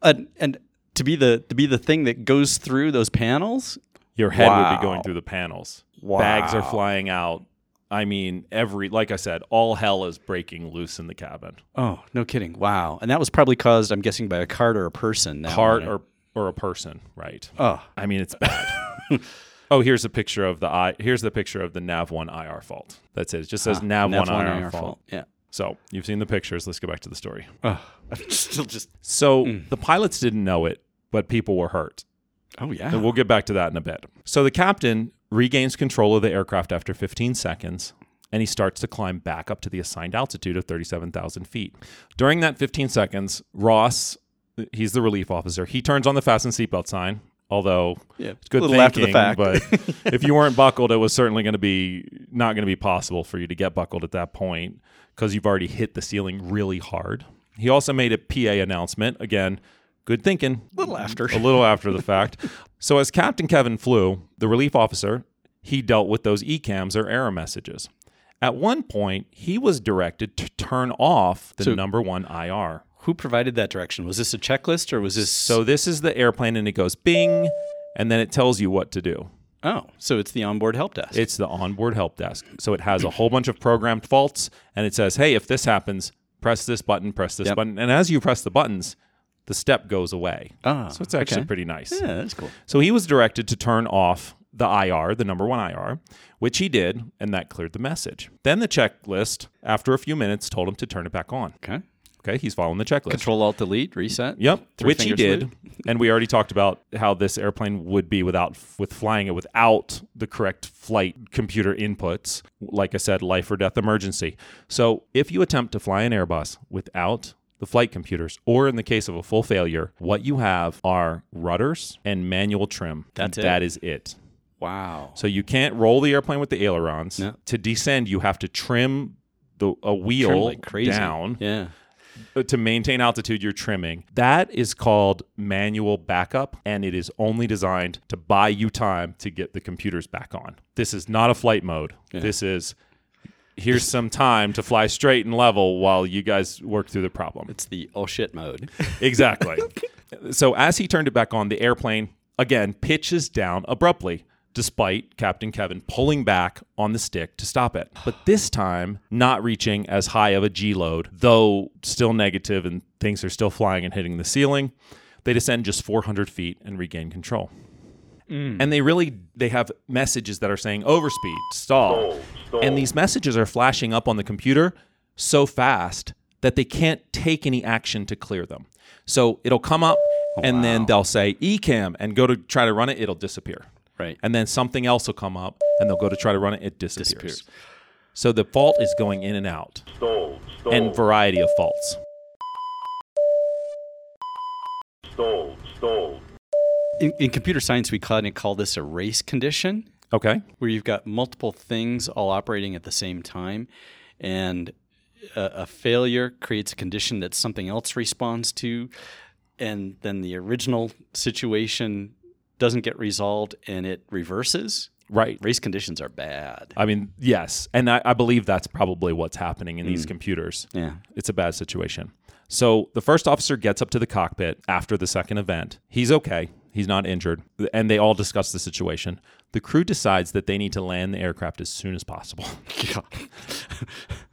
Speaker 12: And, and to be the to be the thing that goes through those panels,
Speaker 1: Your head would
Speaker 12: Wow.
Speaker 1: be going through the panels. Bags are
Speaker 12: Wow.
Speaker 1: flying out. I mean, every like I said, all hell is breaking loose in the cabin.
Speaker 12: Oh, no kidding. Wow. And that was probably caused, I'm guessing, by a cart or a person. Now,
Speaker 1: Cart
Speaker 12: right?
Speaker 1: or or a person, right?
Speaker 12: Oh.
Speaker 1: I mean, it's bad. oh, here's a picture of the I. Here's the picture of the Nav One IR fault. That's it. It just says Nav,
Speaker 12: Ah, Nav
Speaker 1: One, IR,
Speaker 12: IR
Speaker 1: fault.
Speaker 12: Yeah.
Speaker 1: So you've seen the pictures. Let's go back to the story.
Speaker 12: Oh, I'm still just.
Speaker 1: So
Speaker 12: Hmm.
Speaker 1: the pilots didn't know it, but people were hurt.
Speaker 12: Oh yeah.
Speaker 1: And we'll get back to that in a bit. So the captain regains control of the aircraft after 15 seconds and he starts to climb back up to the assigned altitude of 37,000 feet. During that 15 seconds, Ross, he's the relief officer, he turns on the fasten seatbelt sign. Although
Speaker 12: Yeah,
Speaker 1: it's good
Speaker 12: little
Speaker 1: thinking,
Speaker 12: after the fact.
Speaker 1: but if you weren't buckled, it was certainly going to be not going to be possible for you to get buckled at that point because you've already hit the ceiling really hard. He also made a PA announcement. Again, good thinking. A little after. A little after the fact. So as Captain Kevin flew, the relief officer, he dealt with those E ECAMs or error messages. At one point, he was directed to turn off the
Speaker 12: So-
Speaker 1: number one IR.
Speaker 12: Who provided that direction? Was this a checklist or was this
Speaker 1: So this is the airplane and it goes bing and then it tells you what to do.
Speaker 12: Oh, so it's the onboard help desk.
Speaker 1: It's the onboard help desk. So it has a whole bunch of programmed faults and it says, hey, if this happens, press this button, press this
Speaker 12: Yep.
Speaker 1: button, and as you press the buttons, the step goes away.
Speaker 12: Ah,
Speaker 1: so it's actually
Speaker 12: okay.
Speaker 1: pretty nice.
Speaker 12: Yeah, that's cool.
Speaker 1: So he was directed to turn off the IR, the number one IR, which he did, and that cleared the message. Then the checklist, after a few minutes, told him to turn it back on.
Speaker 12: Okay.
Speaker 1: Okay, he's following the checklist.
Speaker 12: Control Alt Delete reset.
Speaker 1: Yep,
Speaker 12: Three
Speaker 1: which he
Speaker 12: finger
Speaker 1: did,
Speaker 12: salute.
Speaker 1: and we already talked about how this airplane would be without with flying it without the correct flight computer inputs. Like I said, life or death emergency. So if you attempt to fly an Airbus without the flight computers, or in the case of a full failure, what you have are rudders and manual trim.
Speaker 12: That's
Speaker 1: And
Speaker 12: it.
Speaker 1: That is it.
Speaker 12: Wow.
Speaker 1: So you can't roll the airplane with the ailerons.
Speaker 12: No.
Speaker 1: To descend, you have to trim the a wheel
Speaker 12: Turned like crazy.
Speaker 1: down
Speaker 12: Yeah.
Speaker 1: uh, to maintain altitude you're trimming. That is called manual backup, and it is only designed to buy you time to get the computers back on. This is not a flight mode. This is here's some time to fly straight and level while you guys work through the problem.
Speaker 12: It's the oh shit mode.
Speaker 1: Exactly. so as he turned it back on, the airplane again pitches down abruptly. Despite Captain Kevin pulling back on the stick to stop it. But this time, not reaching as high of a G load, though still negative and things are still flying and hitting the ceiling, they descend just 400 feet and regain control. And they really they have messages that are saying overspeed, stall. And these messages are flashing up on the computer so fast that they can't take any action to clear them. So it'll come up and then they'll say ECAM and go to try to run it, it'll disappear.
Speaker 12: Right.
Speaker 1: And then something else will come up and they'll go to try to run it, it disappears.
Speaker 12: Disappears.
Speaker 1: So the fault is going in and out. And variety of faults.
Speaker 12: In, in computer science, we kind of call this a race condition,
Speaker 1: Okay.
Speaker 12: where you've got multiple things all operating at the same time, and a, a failure creates a condition that something else responds to, and then the original situation doesn't get resolved and it reverses.
Speaker 1: Right.
Speaker 12: Race conditions are bad.
Speaker 1: I mean, yes. And I, I believe that's probably what's happening in these computers.
Speaker 12: Yeah.
Speaker 1: It's a bad situation. So the first officer gets up to the cockpit after the second event. He's okay. He's not injured. And they all discuss the situation. The crew decides that they need to land the aircraft as soon as possible.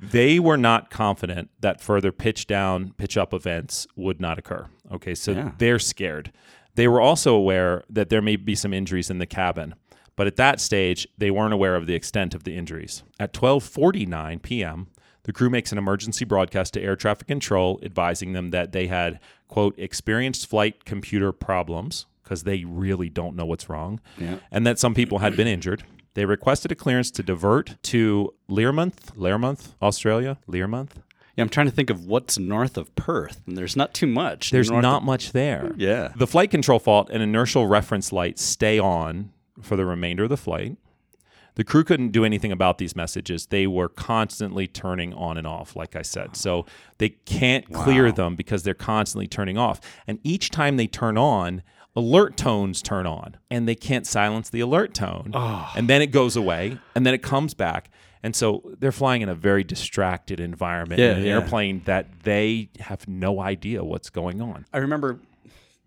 Speaker 1: they were not confident that further pitch down, pitch up events would not occur. Okay, so
Speaker 12: Yeah.
Speaker 1: they're scared. They were also aware that there may be some injuries in the cabin, but at that stage, they weren't aware of the extent of the injuries. At 12:49 p.m., the crew makes an emergency broadcast to air traffic control advising them that they had quote experienced flight computer problems because they really don't know what's wrong and that some people had been injured. They requested a clearance to divert to Learmonth, Learmonth, Australia, Learmonth.
Speaker 12: Yeah, I'm trying to think of what's north of Perth, and there's not too much.
Speaker 1: There's
Speaker 12: north
Speaker 1: not much there.
Speaker 12: Yeah.
Speaker 1: The flight control fault and inertial reference lights stay on for the remainder of the flight. The crew couldn't do anything about these messages. They were constantly turning on and off, like I said. So they can't clear them because they're constantly turning off. And each time they turn on, alert tones turn on and they can't silence the alert tone. And then it goes away and then it comes back. And so they're flying in a very distracted environment
Speaker 12: Yeah,
Speaker 1: in an
Speaker 12: yeah.
Speaker 1: airplane that they have no idea what's going on.
Speaker 12: I remember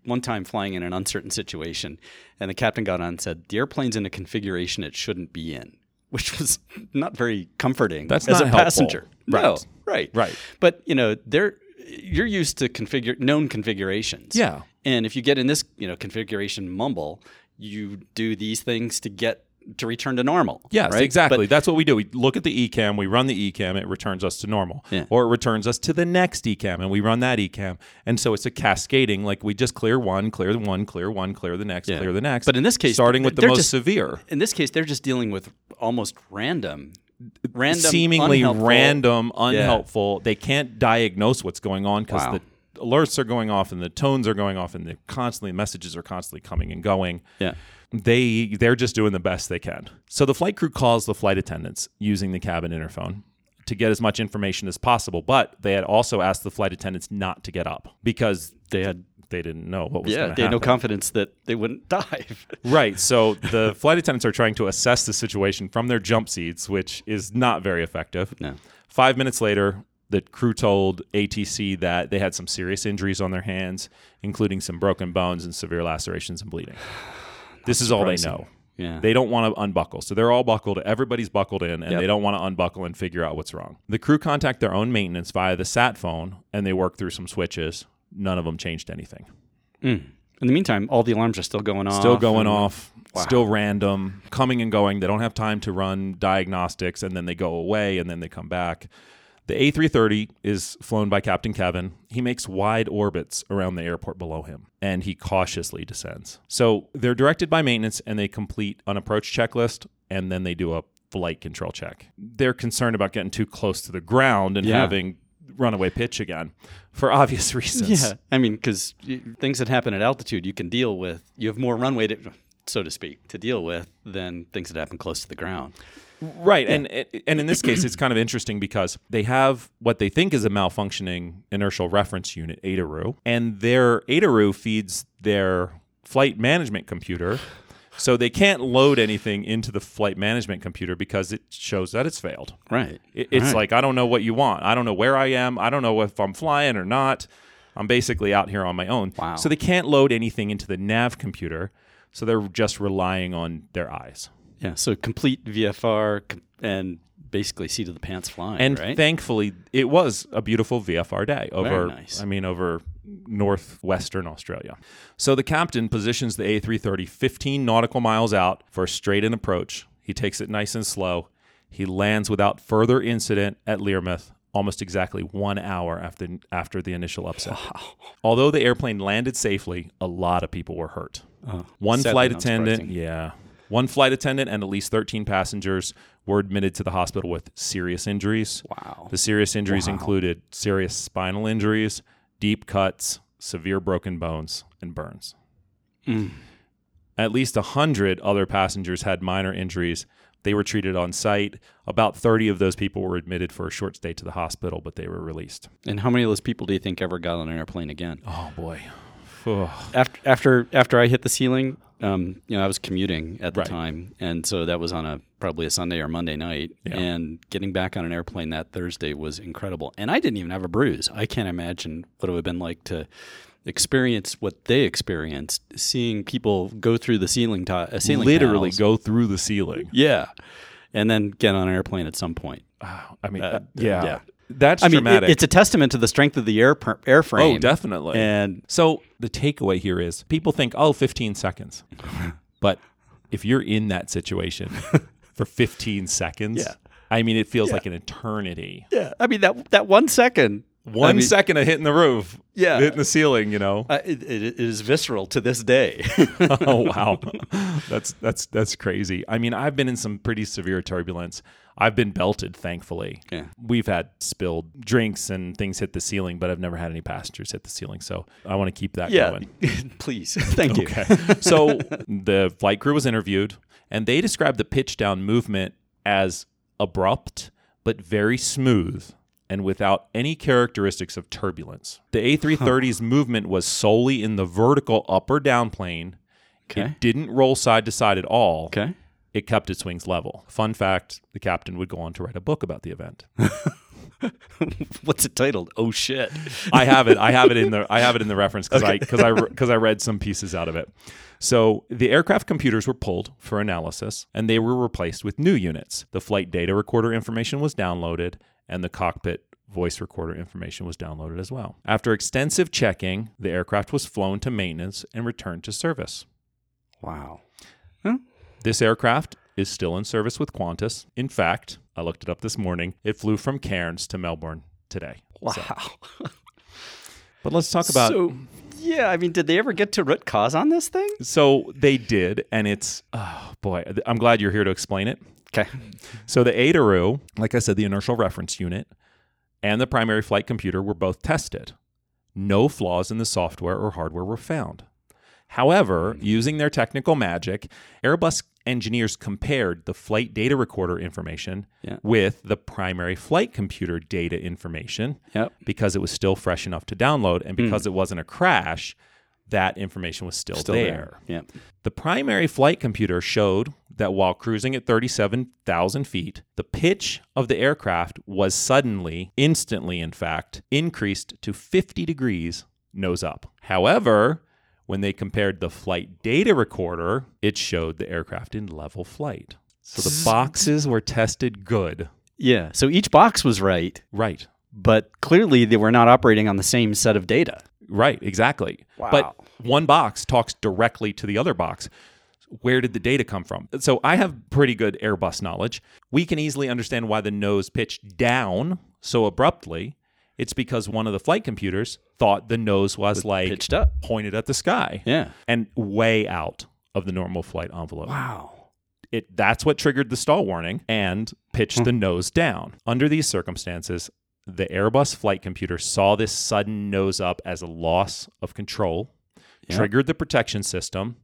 Speaker 12: one time flying in an uncertain situation, and the captain got on and said, The airplane's in a configuration it shouldn't be in, which was not very comforting
Speaker 1: That's
Speaker 12: as
Speaker 1: not
Speaker 12: a
Speaker 1: helpful.
Speaker 12: passenger. No,
Speaker 1: Right.
Speaker 12: right.
Speaker 1: Right.
Speaker 12: But, you know, they're, you're used to configure known configurations.
Speaker 1: Yeah.
Speaker 12: And if you get in this, you know, configuration mumble, you do these things to get to return to normal.
Speaker 1: Yes,
Speaker 12: right?
Speaker 1: exactly.
Speaker 12: But
Speaker 1: That's what we do. We look at the ECAM, we run the ECAM, it returns us to normal.
Speaker 12: Yeah.
Speaker 1: Or it returns us to the next ECAM and we run that ECAM. And so it's a cascading, like we just clear one, clear one, clear one, clear the next,
Speaker 12: Yeah.
Speaker 1: clear the next.
Speaker 12: But in this case,
Speaker 1: starting with the
Speaker 12: they're
Speaker 1: most
Speaker 12: just-
Speaker 1: severe.
Speaker 12: in this case, they're just dealing with almost random, random,
Speaker 1: seemingly
Speaker 12: unhelpful-
Speaker 1: random,
Speaker 12: Yeah.
Speaker 1: unhelpful. They can't diagnose what's going on because
Speaker 12: Wow.
Speaker 1: the alerts are going off and the tones are going off and the constantly messages are constantly coming and going.
Speaker 12: Yeah.
Speaker 1: They they're just doing the best they can. So the flight crew calls the flight attendants using the cabin interphone to get as much information as possible, but they had also asked the flight attendants not to get up because
Speaker 12: They had
Speaker 1: they didn't know what was
Speaker 12: Yeah, they
Speaker 1: going to
Speaker 12: had no
Speaker 1: happen.
Speaker 12: confidence that they wouldn't dive.
Speaker 1: Right. So the flight attendants are trying to assess the situation from their jump seats, which is not very effective.
Speaker 12: No.
Speaker 1: Five minutes later, the crew told ATC that they had some serious injuries on their hands, including some broken bones and severe lacerations and bleeding. this is all they know.
Speaker 12: Yeah.
Speaker 1: They don't want to unbuckle. So they're all buckled. Everybody's buckled in, and
Speaker 12: Yep.
Speaker 1: they don't want to unbuckle and figure out what's wrong. The crew contact their own maintenance via the sat phone, and they work through some switches. None of them changed anything.
Speaker 12: Mm. In the meantime, all the alarms are still going off.
Speaker 1: Still going
Speaker 12: and-
Speaker 1: off, still random, coming and going. They don't have time to run diagnostics, and then they go away, and then they come back. The A330 is flown by Captain Kevin. He makes wide orbits around the airport below him and he cautiously descends. So they're directed by maintenance and they complete an approach checklist and then they do a flight control check. They're concerned about getting too close to the ground and
Speaker 12: Yeah.
Speaker 1: having runaway pitch again for obvious reasons.
Speaker 12: Yeah. I mean, because things that happen at altitude, you can deal with. You have more runway, to, so to speak, to deal with than things that happen close to the ground.
Speaker 1: Right, and eh, and in this case, it's kind of interesting because they have what they think is a malfunctioning inertial reference unit, ADARU, and their ADARU feeds their flight management computer, so they can't load anything into the flight management computer because it shows that it's failed.
Speaker 12: Right.
Speaker 1: It, it's
Speaker 12: Right.
Speaker 1: like I don't know what you want. I don't know where I am. I don't know if I'm flying or not. I'm basically out here on my own.
Speaker 12: Wow.
Speaker 1: So they can't load anything into the nav computer, so they're just relying on their eyes.
Speaker 12: Yeah. So complete VFR com- and basically seat of the pants flying.
Speaker 1: And
Speaker 12: right?
Speaker 1: thankfully, it was a beautiful VFR day over.
Speaker 12: nice.
Speaker 1: I mean, over northwestern Australia. So the captain positions the A330 15 nautical miles out for a straight in approach. He takes it nice and slow. He lands without further incident at Learmouth almost exactly one hour after after the initial upset.
Speaker 12: oh,
Speaker 1: Although the airplane landed safely, a lot of people were hurt. One
Speaker 12: Sadly,
Speaker 1: flight
Speaker 12: not
Speaker 1: attendant,
Speaker 12: surprising.
Speaker 1: yeah. One flight attendant and at least 13 passengers were admitted to the hospital with serious injuries.
Speaker 12: Wow.
Speaker 1: The serious injuries included serious spinal injuries, deep cuts, severe broken bones, and burns.
Speaker 12: Mm.
Speaker 1: At least 100 other passengers had minor injuries. They were treated on site. About 30 of those people were admitted for a short stay to the hospital, but they were released.
Speaker 12: And how many of those people do you think ever got on an airplane again?
Speaker 1: Oh, boy.
Speaker 12: after after after I hit the ceiling, um, you know, I was commuting at the
Speaker 1: Right.
Speaker 12: time, and so that was on a probably a Sunday or Monday night,
Speaker 1: Yeah.
Speaker 12: and getting back on an airplane that Thursday was incredible. And I didn't even have a bruise. I can't imagine what it would have been like to experience what they experienced, seeing people go through the ceiling, ti uh, ceiling
Speaker 1: Literally
Speaker 12: panels.
Speaker 1: go through the ceiling.
Speaker 12: yeah, and then get on an airplane at some point.
Speaker 1: I mean,
Speaker 12: Uh,
Speaker 1: yeah.
Speaker 12: yeah.
Speaker 1: That's
Speaker 12: I mean, it-
Speaker 1: dramatic.
Speaker 12: it's a testament to the strength of the air per- airframe.
Speaker 1: Oh, definitely.
Speaker 12: And
Speaker 1: so the takeaway here is people think, oh, 15 seconds. but if you're in that situation for 15 seconds,
Speaker 12: Yeah.
Speaker 1: I mean, it feels like an eternity.
Speaker 12: yeah, I mean that that one second.
Speaker 1: One
Speaker 12: I mean-
Speaker 1: second of hitting the roof,
Speaker 12: Yeah.
Speaker 1: hitting the ceiling, you know.
Speaker 12: Uh, it, it, it is visceral to this day.
Speaker 1: oh wow, that's that's that's crazy. I mean, I've been in some pretty severe turbulence. I've been belted, thankfully.
Speaker 12: Yeah.
Speaker 1: We've had spilled drinks and things hit the ceiling, but I've never had any passengers hit the ceiling. So I want to keep that
Speaker 12: yeah,
Speaker 1: going.
Speaker 12: please. Thank you.
Speaker 1: Okay. so the flight crew was interviewed, and they described the pitch down movement as abrupt but very smooth and without any characteristics of turbulence. The A330's movement was solely in the vertical up or down plane.
Speaker 12: Okay.
Speaker 1: It didn't roll side to side at all.
Speaker 12: Okay.
Speaker 1: It kept its wings level. Fun fact the captain would go on to write a book about the event.
Speaker 12: What's it titled? Oh shit.
Speaker 1: I have it. I have it in the I have it in the reference because I because I because I read some pieces out of it. So the aircraft computers were pulled for analysis, and they were replaced with new units. The flight data recorder information was downloaded, and the cockpit voice recorder information was downloaded as well. After extensive checking, the aircraft was flown to maintenance and returned to service.
Speaker 12: Wow.
Speaker 1: This aircraft is still in service with Qantas. In fact, I looked it up this morning. It flew from Cairns to Melbourne today.
Speaker 12: Wow.
Speaker 1: But let's talk about
Speaker 12: so, yeah, I mean, did they ever get to root cause on this thing?
Speaker 1: So they did, and it's oh boy, I'm glad you're here to explain it.
Speaker 12: Okay.
Speaker 1: So the ADARU, like I said, the inertial reference unit, and the primary flight computer were both tested. No flaws in the software or hardware were found. However, using their technical magic, Airbus engineers compared the flight data recorder information
Speaker 12: Yeah.
Speaker 1: with the primary flight computer data information
Speaker 12: Yep.
Speaker 1: because it was still fresh enough to download and because it wasn't a crash, that information was still,
Speaker 12: Still
Speaker 1: there.
Speaker 12: there. Yep.
Speaker 1: The primary flight computer showed that while cruising at 37,000 feet, the pitch of the aircraft was suddenly, instantly in fact, increased to 50 degrees nose up. However, When they compared the flight data recorder, it showed the aircraft in level flight. So the boxes were tested good.
Speaker 12: Yeah. So each box was right,
Speaker 1: Right.
Speaker 12: but clearly they were not operating on the same set of data.
Speaker 1: Right, exactly. But one box talks directly to the other box. Where did the data come from? So I have pretty good Airbus knowledge. We can easily understand why the nose pitched down so abruptly. It's because one of the flight computers thought the nose was, like
Speaker 12: pitched up.
Speaker 1: pointed at the sky.
Speaker 12: Yeah.
Speaker 1: And way out of the normal flight envelope
Speaker 12: Wow.
Speaker 1: it that's what triggered the stall warning and pitched
Speaker 12: Hmm.
Speaker 1: the nose down. Under these circumstances, the Airbus flight computer saw this sudden nose up as a loss of control,
Speaker 12: Yeah.
Speaker 1: triggered the protection system,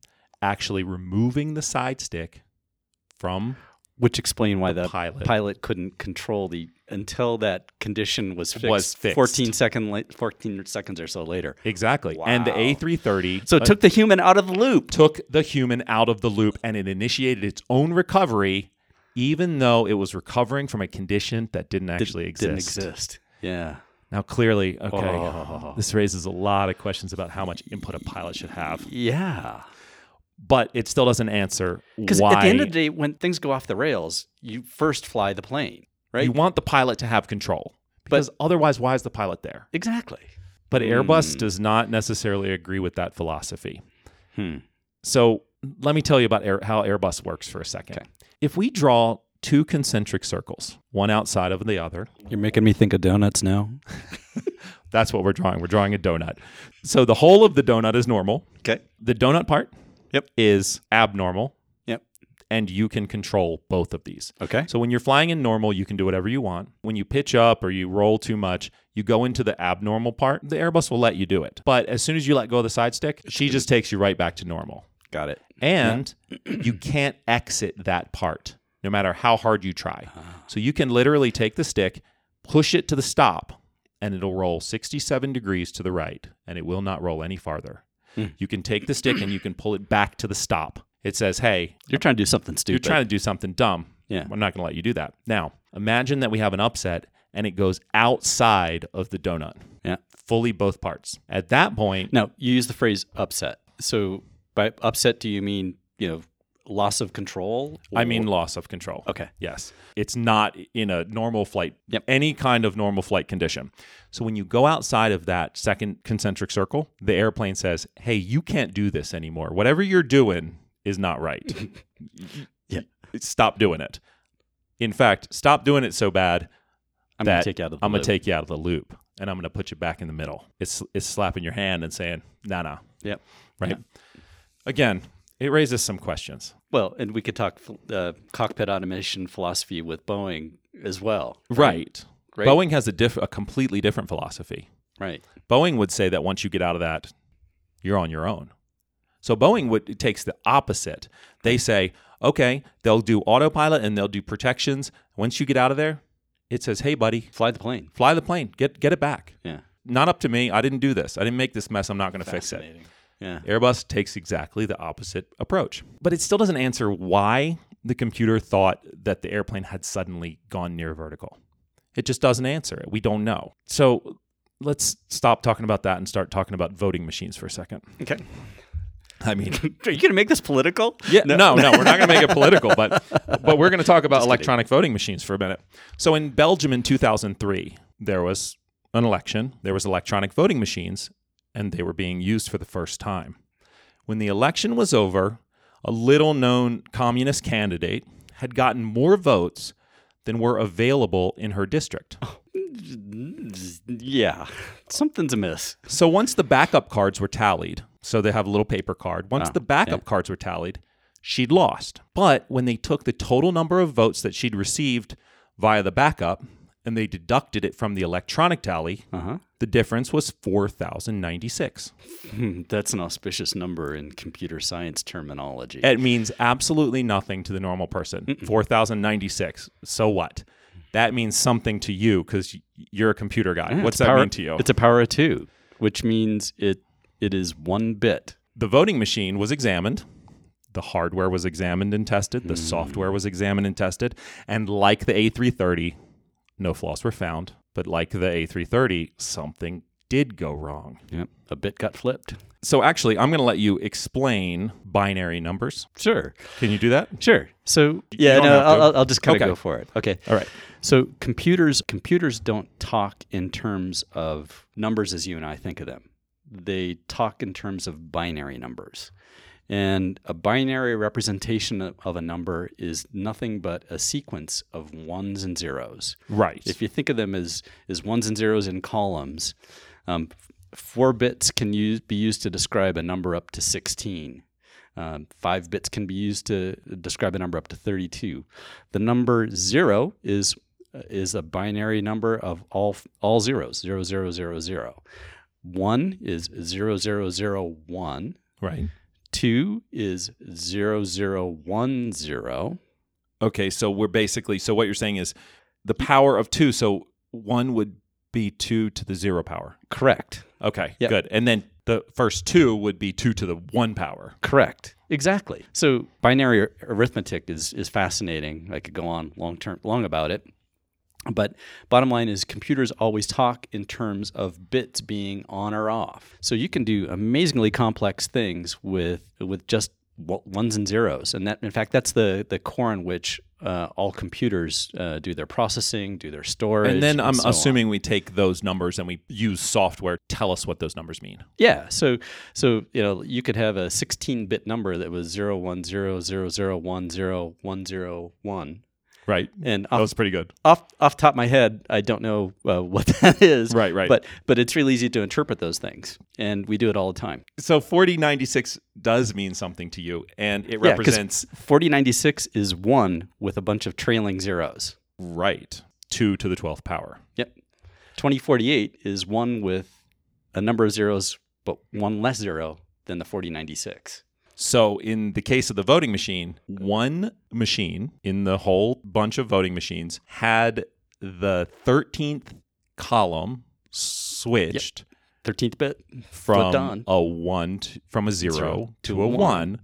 Speaker 1: actually removing the side stick from
Speaker 12: Which explain why
Speaker 1: The
Speaker 12: the,
Speaker 1: pilot.
Speaker 12: couldn't control the until that condition was fixed.
Speaker 1: Was fixed.
Speaker 12: 14 second la- 14 seconds or so later.
Speaker 1: exactly. And the
Speaker 12: Wow.
Speaker 1: A330
Speaker 12: So it
Speaker 1: uh,
Speaker 12: took the human out of the loop.
Speaker 1: took the human out of the loop and it initiated its own recovery even though it was recovering from a condition that didn't actually
Speaker 12: Didn't exist. Yeah.
Speaker 1: Now, clearly, okay,
Speaker 12: Oh.
Speaker 1: this raises a lot of questions about how much input a pilot should have,
Speaker 12: Yeah.
Speaker 1: but it still doesn't answer
Speaker 12: Because
Speaker 1: why.
Speaker 12: at the end of the day, when things go off the rails, you first fly the plane, right?
Speaker 1: you want the pilot to have control because otherwise, why is the pilot there?
Speaker 12: exactly.
Speaker 1: But Airbus does not necessarily agree with that philosophy.
Speaker 12: Hmm.
Speaker 1: So let me tell you about Air, how Airbus works for a second. If we draw two concentric circles, one outside of the other,
Speaker 12: You're making me think of donuts now.
Speaker 1: that's what we're drawing. We're drawing a donut. So the whole of the donut is normal.
Speaker 12: Okay.
Speaker 1: The donut part
Speaker 12: Yep.
Speaker 1: is abnormal.
Speaker 12: Yep.
Speaker 1: and you can control both of these.
Speaker 12: Okay.
Speaker 1: So when you're flying in normal, you can do whatever you want. When you pitch up or you roll too much, you go into the abnormal part. The Airbus will let you do it. But as soon as you let go of the side stick, she just takes you right back to normal.
Speaker 12: Got it.
Speaker 1: And you can't exit that part no matter how hard you try.
Speaker 12: Ah.
Speaker 1: So you can literally take the stick, push it to the stop, and it'll roll 67 degrees to the right and it will not roll any farther.
Speaker 12: Hmm.
Speaker 1: You can take the stick and you can pull it back to the stop. It says, "Hey,
Speaker 12: You're trying to do something stupid.
Speaker 1: you're trying to do something dumb.
Speaker 12: Yeah.
Speaker 1: I'm not going to let you do that. Now, imagine that we have an upset and it goes outside of the donut,
Speaker 12: Yeah.
Speaker 1: fully both parts. At that point,
Speaker 12: Now, you use the phrase upset. So by upset, do you mean, you know, loss of control?
Speaker 1: I mean loss of control.
Speaker 12: Okay.
Speaker 1: Yes. It's not in a normal flight,
Speaker 12: Yep.
Speaker 1: any kind of normal flight condition. So when you go outside of that second concentric circle, the airplane says, hey, you can't do this anymore. Whatever you're doing is not right.
Speaker 12: Yeah.
Speaker 1: Stop doing it. In fact, stop doing it so bad
Speaker 12: I'm going
Speaker 1: that
Speaker 12: to take you out of the
Speaker 1: I'm gonna
Speaker 12: loop.
Speaker 1: take you out of the loop and I'm gonna put you back in the middle. It's it's slapping your hand and saying, nah nah,
Speaker 12: Yep.
Speaker 1: right? Again, it raises some questions.
Speaker 12: Well, and we could talk uh, cockpit automation philosophy with Boeing as well.
Speaker 1: Right.
Speaker 12: Right.
Speaker 1: Boeing has a diff a completely different philosophy.
Speaker 12: Right.
Speaker 1: Boeing would say that once you get out of that, you're on your own. So Boeing would it takes the opposite. They say, okay, they'll do autopilot and they'll do protections. Once you get out of there, it says, hey buddy,
Speaker 12: Fly the plane.
Speaker 1: fly the plane, get get it back.
Speaker 12: Yeah.
Speaker 1: Not up to me. I didn't do this. I didn't make this mess. I'm not going to fix it.
Speaker 12: Yeah.
Speaker 1: Airbus takes exactly the opposite approach. But it still doesn't answer why the computer thought that the airplane had suddenly gone near vertical. It just doesn't answer it. We don't know. So let's stop talking about that and start talking about voting machines for a second.
Speaker 12: Okay.
Speaker 1: I mean,
Speaker 12: Are you going to make this political?
Speaker 1: yeah, no, no, we're not going to make it political, but but we're going to talk about electronic voting machines for a minute. So in Belgium in 2003, there was an election. There was electronic voting machines, and they were being used for the first time. When the election was over, a little-known communist candidate had gotten more votes than were available in her district.
Speaker 12: Yeah. Something's amiss.
Speaker 1: So once the backup cards were tallied, so they have a little paper card. Once
Speaker 12: Ah,
Speaker 1: the backup cards were tallied, she'd lost. But when they took the total number of votes that she'd received via the backup and they deducted it from the electronic tally,
Speaker 12: Uh-huh.
Speaker 1: the difference was 4,096.
Speaker 12: Hmm, That's an auspicious number in computer science terminology.
Speaker 1: It means absolutely nothing to the normal person. 4,096. So what? That means something to you because you're a computer guy.
Speaker 12: Yeah,
Speaker 1: What's
Speaker 12: it's a
Speaker 1: that
Speaker 12: power-
Speaker 1: mean to you?
Speaker 12: It's a power of two, which means it it is one bit.
Speaker 1: the voting machine was examined. The hardware was examined and tested. The software was examined and tested. And like the A330, no flaws were found. But like the A330, something did go wrong.
Speaker 12: Yep. A bit got flipped.
Speaker 1: So actually, I'm going to let you explain binary numbers.
Speaker 12: Sure.
Speaker 1: Can you do that?
Speaker 12: Sure. So yeah,
Speaker 1: don't
Speaker 12: no,
Speaker 1: have to.
Speaker 12: I'll, I'll- I'll just kind of
Speaker 1: Okay.
Speaker 12: go for it. Okay.
Speaker 1: All right.
Speaker 12: So computers computers don't talk in terms of numbers as you and I think of them. They talk in terms of binary numbers. And a binary representation of- of a number is nothing but a sequence of ones and zeros.
Speaker 1: Right.
Speaker 12: If you think of them as as ones and zeros in columns, um, f- four bits can use, be used to describe a number up to sixteen. Um, five bits can be used to describe a number up to thirty-two. The number zero is is a binary number of all f- all zeros zero zero zero zero. One is zero zero zero one.
Speaker 1: Right.
Speaker 12: Two is zero zero one zero.
Speaker 1: Okay, so we're basically so what you're saying is the power of 2, so 1 would be 2 to the 0 power.
Speaker 12: Correct.
Speaker 1: Okay,
Speaker 12: Yep.
Speaker 1: good. And then the first 2 would be 2 to the 1 power.
Speaker 12: Correct. Exactly. So binary ar- arithmetic is is fascinating. I could go on long term long about it. But bottom line is computers always talk in terms of bits being on or off. So you can do amazingly complex things with with just wo- ones and zeros. And that in fact that's the the core in which uh, all computers uh, do their processing, do their storage.
Speaker 1: And then I'm
Speaker 12: so on.
Speaker 1: assuming we take those numbers and we use software to tell us what those numbers mean.
Speaker 12: Yeah. So so you know you could have a 16-bit number that was zero one zero zero zero one zero one zero one,
Speaker 1: Right.
Speaker 12: and
Speaker 1: That
Speaker 12: off,
Speaker 1: was pretty good.
Speaker 12: off off top of my head, I don't know uh, what that is.
Speaker 1: Right, right.
Speaker 12: But but it's really easy to interpret those things, and we do it all the time.
Speaker 1: So 4096 does mean something to you and it
Speaker 12: Yeah, 'cause
Speaker 1: represents
Speaker 12: 4096 is one with a bunch of trailing zeros.
Speaker 1: right 2 to the 12th power.
Speaker 12: Yep. 2048 is one with a number of zeros, but one less zero than the 4096.
Speaker 1: So, in the case of the voting machine, one machine in the whole bunch of voting machines had the 13th column switched
Speaker 12: 13th bit
Speaker 1: from
Speaker 12: flipped on.
Speaker 1: a one to, from a zero,
Speaker 12: Zero
Speaker 1: to,
Speaker 12: to
Speaker 1: a
Speaker 12: a
Speaker 1: one,
Speaker 12: one.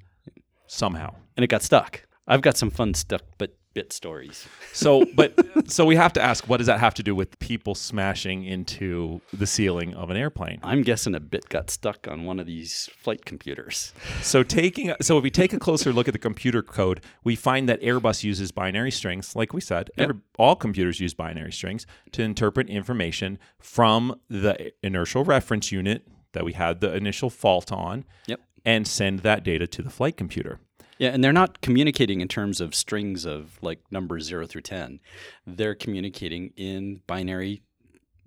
Speaker 1: somehow.
Speaker 12: and it got stuck. I've got some fun stuck but bit stories.
Speaker 1: So, but so we have to ask, what does that have to do with people smashing into the ceiling of an airplane?
Speaker 12: I'm guessing a bit got stuck on one of these flight computers.
Speaker 1: So taking so if we take a closer look at the computer code, we find that Airbus uses binary strings, like we said. Every- all computers use binary strings to interpret information from the inertial reference unit that we had the initial fault on,
Speaker 12: Yep.
Speaker 1: and send that data to the flight computer.
Speaker 12: Yeah, and they're not communicating in terms of strings of like numbers 0 through 10. They're communicating in binary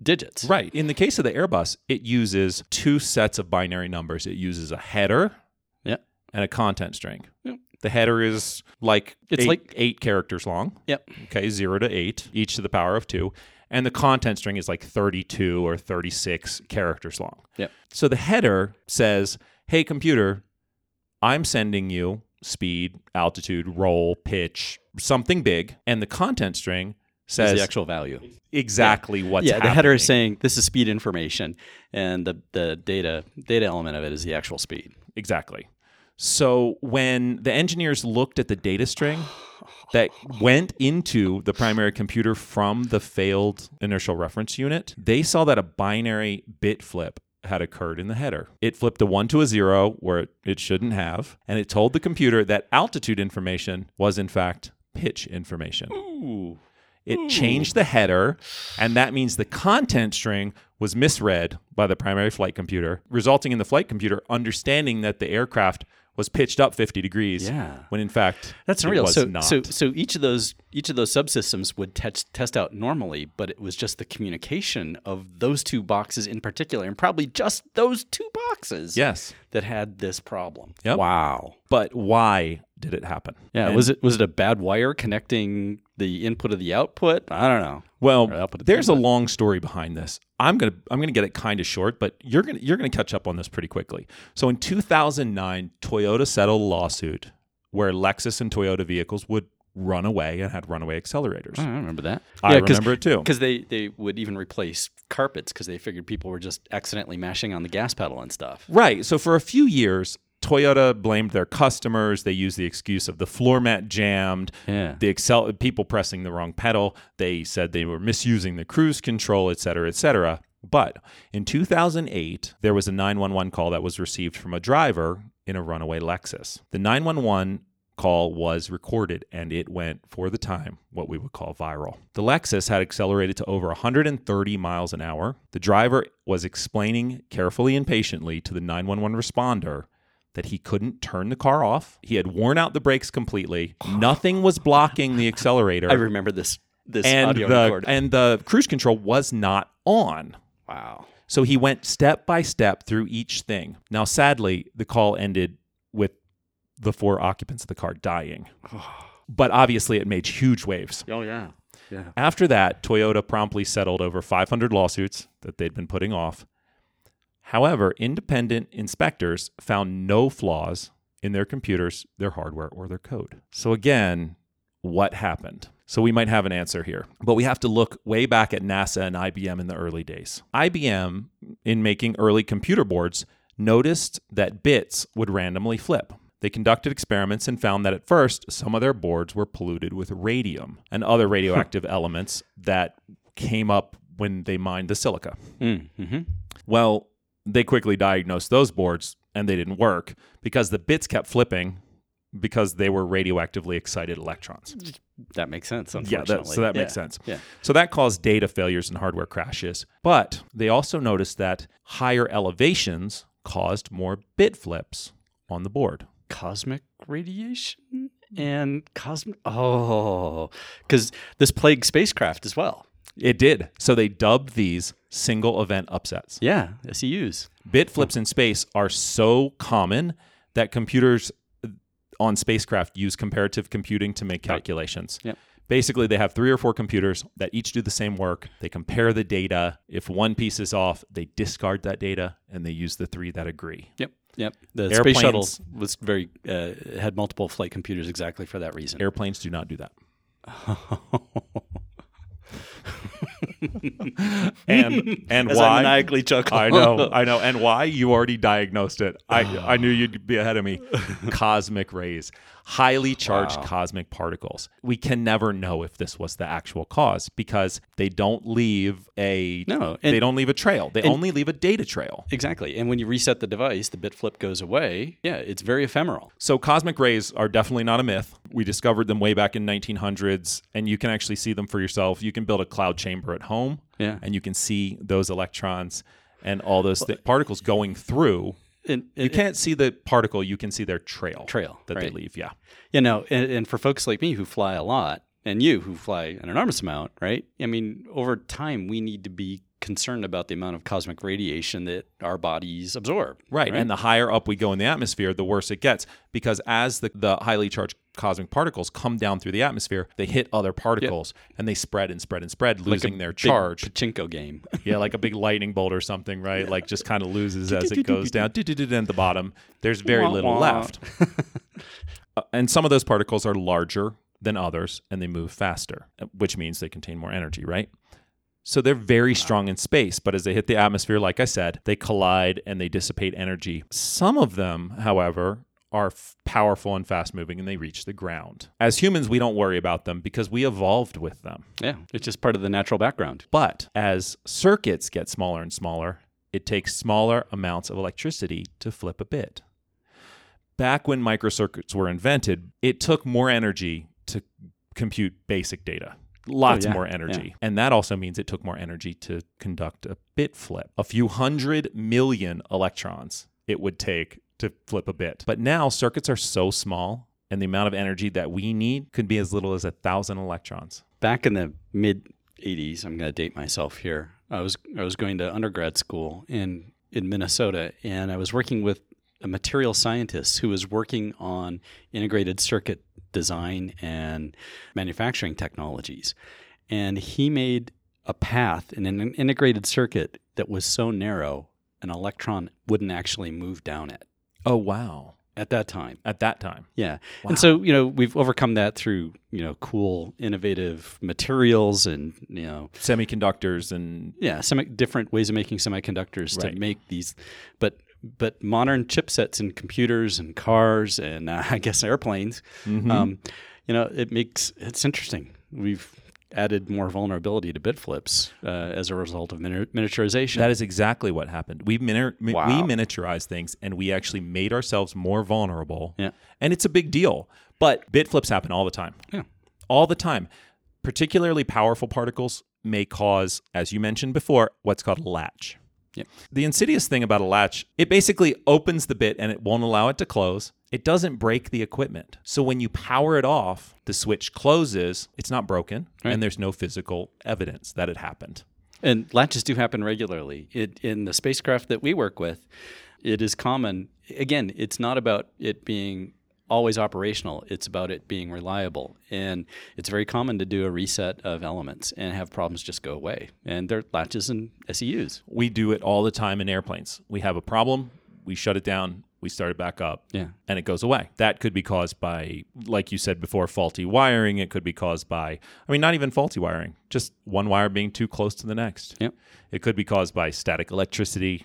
Speaker 12: digits.
Speaker 1: Right. In the case of the Airbus, it uses two sets of binary numbers. It uses a header
Speaker 12: Yeah.
Speaker 1: and a content string.
Speaker 12: Yep.
Speaker 1: The header is like
Speaker 12: It's
Speaker 1: eight-
Speaker 12: like-
Speaker 1: eight characters long.
Speaker 12: Yep.
Speaker 1: Okay, zero to eight, each to the power of two. And the content string is like 32 or 36 characters long.
Speaker 12: Yep.
Speaker 1: So the header says, Hey, computer, I'm sending you speed, altitude, roll, pitch, something big. And the content string
Speaker 12: Is
Speaker 1: says
Speaker 12: the actual value.
Speaker 1: exactly what's
Speaker 12: yeah, the header is
Speaker 1: happening.
Speaker 12: saying this is speed information and the, the data data element of it is the actual speed.
Speaker 1: Exactly. So when the engineers looked at the data string that went into the primary computer from the failed inertial reference unit, they saw that a binary bit flip had occurred in the header. It flipped a 1 to a 0 where it- it shouldn't have, and it told the computer that altitude information was in fact pitch information. It changed the header, and that means the content string was misread by the primary flight computer, resulting in the flight computer understanding that the aircraft was pitched up 50 degrees.
Speaker 12: Yeah.
Speaker 1: When in fact,
Speaker 12: That's
Speaker 1: it
Speaker 12: unreal.
Speaker 1: was
Speaker 12: So,
Speaker 1: not.
Speaker 12: so, so each of those each of those subsystems would test test out normally, but it was just the communication of those two boxes in particular, and probably just those two boxes.
Speaker 1: yes.
Speaker 12: that had this problem.
Speaker 1: Yep.
Speaker 12: Wow.
Speaker 1: But why did it happen?
Speaker 12: Yeah.
Speaker 1: And-
Speaker 12: was it was it a bad wire connecting the input of the output? I don't know.
Speaker 1: Well,
Speaker 12: Or output of the
Speaker 1: there's a
Speaker 12: input.
Speaker 1: long story behind this. I'm gonna I'm gonna get it kind of short, but you're gonna you're gonna catch up on this pretty quickly. So in 2009, Toyota settled a lawsuit where Lexus and Toyota vehicles would run away and had runaway accelerators.
Speaker 12: Oh, I don't remember that.
Speaker 1: I remember it too.
Speaker 12: Because they, they would even replace carpets because they figured people were just accidentally mashing on the gas pedal and stuff.
Speaker 1: Right. So for a few years, Toyota blamed their customers. They used the excuse of the floor mat jammed,
Speaker 12: Yeah.
Speaker 1: the excel people pressing the wrong pedal. They said they were misusing the cruise control, et cetera, et cetera. But in 2008, there was a 911 call that was received from a driver in a runaway Lexus. The 911 call was recorded and it went for the time what we would call viral. The Lexus had accelerated to over 130 miles an hour. The driver was explaining carefully and patiently to the 911 responder that he couldn't turn the car off. He had worn out the brakes completely. Nothing was blocking the accelerator
Speaker 12: I remember this this
Speaker 1: and
Speaker 12: audio
Speaker 1: the
Speaker 12: record.
Speaker 1: and the cruise control was not on.
Speaker 12: wow.
Speaker 1: So he went step by step through each thing. Now, sadly, the call ended with the four occupants of the car dying. But obviously, it made huge waves.
Speaker 12: Oh yeah. Yeah.
Speaker 1: After that, Toyota promptly settled over 500 lawsuits that they'd been putting off. However, independent inspectors found no flaws in their computers, their hardware, or their code. So, again, what happened? So, we might have an answer here, but we have to look way back at NASA and IBM in the early days. IBM, in making early computer boards, noticed that bits would randomly flip. They conducted experiments and found that at first, some of their boards were polluted with radium and other radioactive elements that came up when they mined the silica.
Speaker 12: Mm-hmm.
Speaker 1: Well, they quickly diagnosed those boards and they didn't work because the bits kept flipping because they were radioactively excited electrons.
Speaker 12: That makes sense.
Speaker 1: Yeah,
Speaker 12: Unfortunately.
Speaker 1: that, so that makes
Speaker 12: Yeah.
Speaker 1: sense.
Speaker 12: Yeah.
Speaker 1: So that caused data failures and hardware crashes. But they also noticed that higher elevations caused more bit flips on the board.
Speaker 12: cosmic radiation and cosmic oh because this plagued spacecraft as well
Speaker 1: It did. So they dubbed these single event upsets.
Speaker 12: yeah E seus
Speaker 1: Bit flips in space are so common that computers uh, on spacecraft use comparative computing to make calculations.
Speaker 12: Yep.
Speaker 1: Basically, they have three or four computers that each do the same work. They compare the data. If one piece is off, they discard that data and they use the three that agree.
Speaker 12: yep yep the
Speaker 1: Airplanes-
Speaker 12: space shuttle was very uh, had multiple flight computers exactly for that reason
Speaker 1: Airplanes do not do that. And and
Speaker 12: As I
Speaker 1: why?
Speaker 12: maniacally chuckle.
Speaker 1: I know, I know. And why? You already diagnosed it. I, I knew you'd be ahead of me. Cosmic rays, highly charged cosmic particles. We can never know if this was the actual cause because they don't leave a
Speaker 12: No, and-
Speaker 1: they don't leave a trail. They only leave a data trail.
Speaker 12: exactly and when you reset the device the bit flip goes away yeah it's very ephemeral
Speaker 1: So cosmic rays are definitely not a myth. We discovered them way back in 1900s and you can actually see them for yourself. You can build a cloud chamber at home
Speaker 12: Yeah.
Speaker 1: and you can see those electrons and all those thi- particles going through.
Speaker 12: and,
Speaker 1: You can't see the particle, you can see their trail.
Speaker 12: Trail,
Speaker 1: that they
Speaker 12: right.
Speaker 1: leave, yeah.
Speaker 12: you know and, and for folks like me who fly a lot and you who fly an enormous amount right i mean over time we need to be concerned about the amount of cosmic radiation that our bodies absorb
Speaker 1: Right. And the higher up we go in the atmosphere, the worse it gets because as the, the highly charged cosmic particles come down through the atmosphere, they hit other particles and they spread and spread and spread, losing their
Speaker 12: big
Speaker 1: charge.
Speaker 12: pachinko game
Speaker 1: yeah, like a big lightning bolt or something, right? Like just kind of loses as it goes down. At the bottom, there's very
Speaker 12: Wah,
Speaker 1: little
Speaker 12: wah.
Speaker 1: left. Uh, and some of those particles are larger than others and they move faster, uh, which means they contain more energy, right? So they're very strong in space, but as they hit the atmosphere, like I said, they collide and they dissipate energy. Some of them, however, are f- powerful and fast moving and they reach the ground. As humans, we don't worry about them because we evolved with them.
Speaker 12: yeah it's just part of the natural background
Speaker 1: But as circuits get smaller and smaller, it takes smaller amounts of electricity to flip a bit. Back when microcircuits were invented, it took more energy to compute basic data. Lots
Speaker 12: Oh, yeah,
Speaker 1: more
Speaker 12: yeah.
Speaker 1: energy. And that also means it took more energy to conduct a bit flip. A few hundred million electrons it would take to flip a bit. But now circuits are so small, and the amount of energy that we need could be as little as a thousand electrons.
Speaker 12: back in the mid 80s i'm going to date myself here i was i was going to undergrad school in in minnesota and i was working with a material scientist who was working on integrated circuit design and manufacturing technologies and he made a path in an integrated circuit that was so narrow an electron wouldn't actually move down it
Speaker 1: Oh, wow.
Speaker 12: at that time
Speaker 1: At that time.
Speaker 12: Yeah. And so, you know, we've overcome that through, you know, cool, innovative materials and, you know,
Speaker 1: semiconductors and
Speaker 12: yeah, semi- different ways of making semiconductors
Speaker 1: Right.
Speaker 12: to make these. But, but modern chipsets in computers and cars
Speaker 1: Mm-hmm. um,
Speaker 12: Mm-hmm. and uh, I guess airplanes, um, you know, it makes, it's interesting. We've added more vulnerability to bit flips uh, as a result of mini- miniaturization.
Speaker 1: That is exactly what happened. We mini- mi-
Speaker 12: Wow.
Speaker 1: we miniaturized things, and we actually made ourselves more vulnerable.
Speaker 12: Yeah.
Speaker 1: and it's a big deal. But bit flips happen all the time.
Speaker 12: Yeah.
Speaker 1: all the time. Particularly powerful particles may cause, as you mentioned before, what's called a latch.
Speaker 12: Yep.
Speaker 1: The insidious thing about a latch, it basically opens the bit and it won't allow it to close. It doesn't break the equipment. So when you power it off, the switch closes, it's not broken,
Speaker 12: Right.
Speaker 1: and there's no physical evidence that it happened.
Speaker 12: And latches do happen regularly. It, in the spacecraft that we work with, it is common. Again, it's not about it being always operational, it's about it being reliable. And it's very common to do a reset of elements and have problems just go away. And there are latches and E SEUs.
Speaker 1: We do it all the time in airplanes. We have a problem, we shut it down, we start it back up,
Speaker 12: Yeah.
Speaker 1: and it goes away. That could be caused by, like you said before, faulty wiring. It could be caused by, I mean, not even faulty wiring, just one wire being too close to the next.
Speaker 12: Yep.
Speaker 1: It could be caused by static electricity.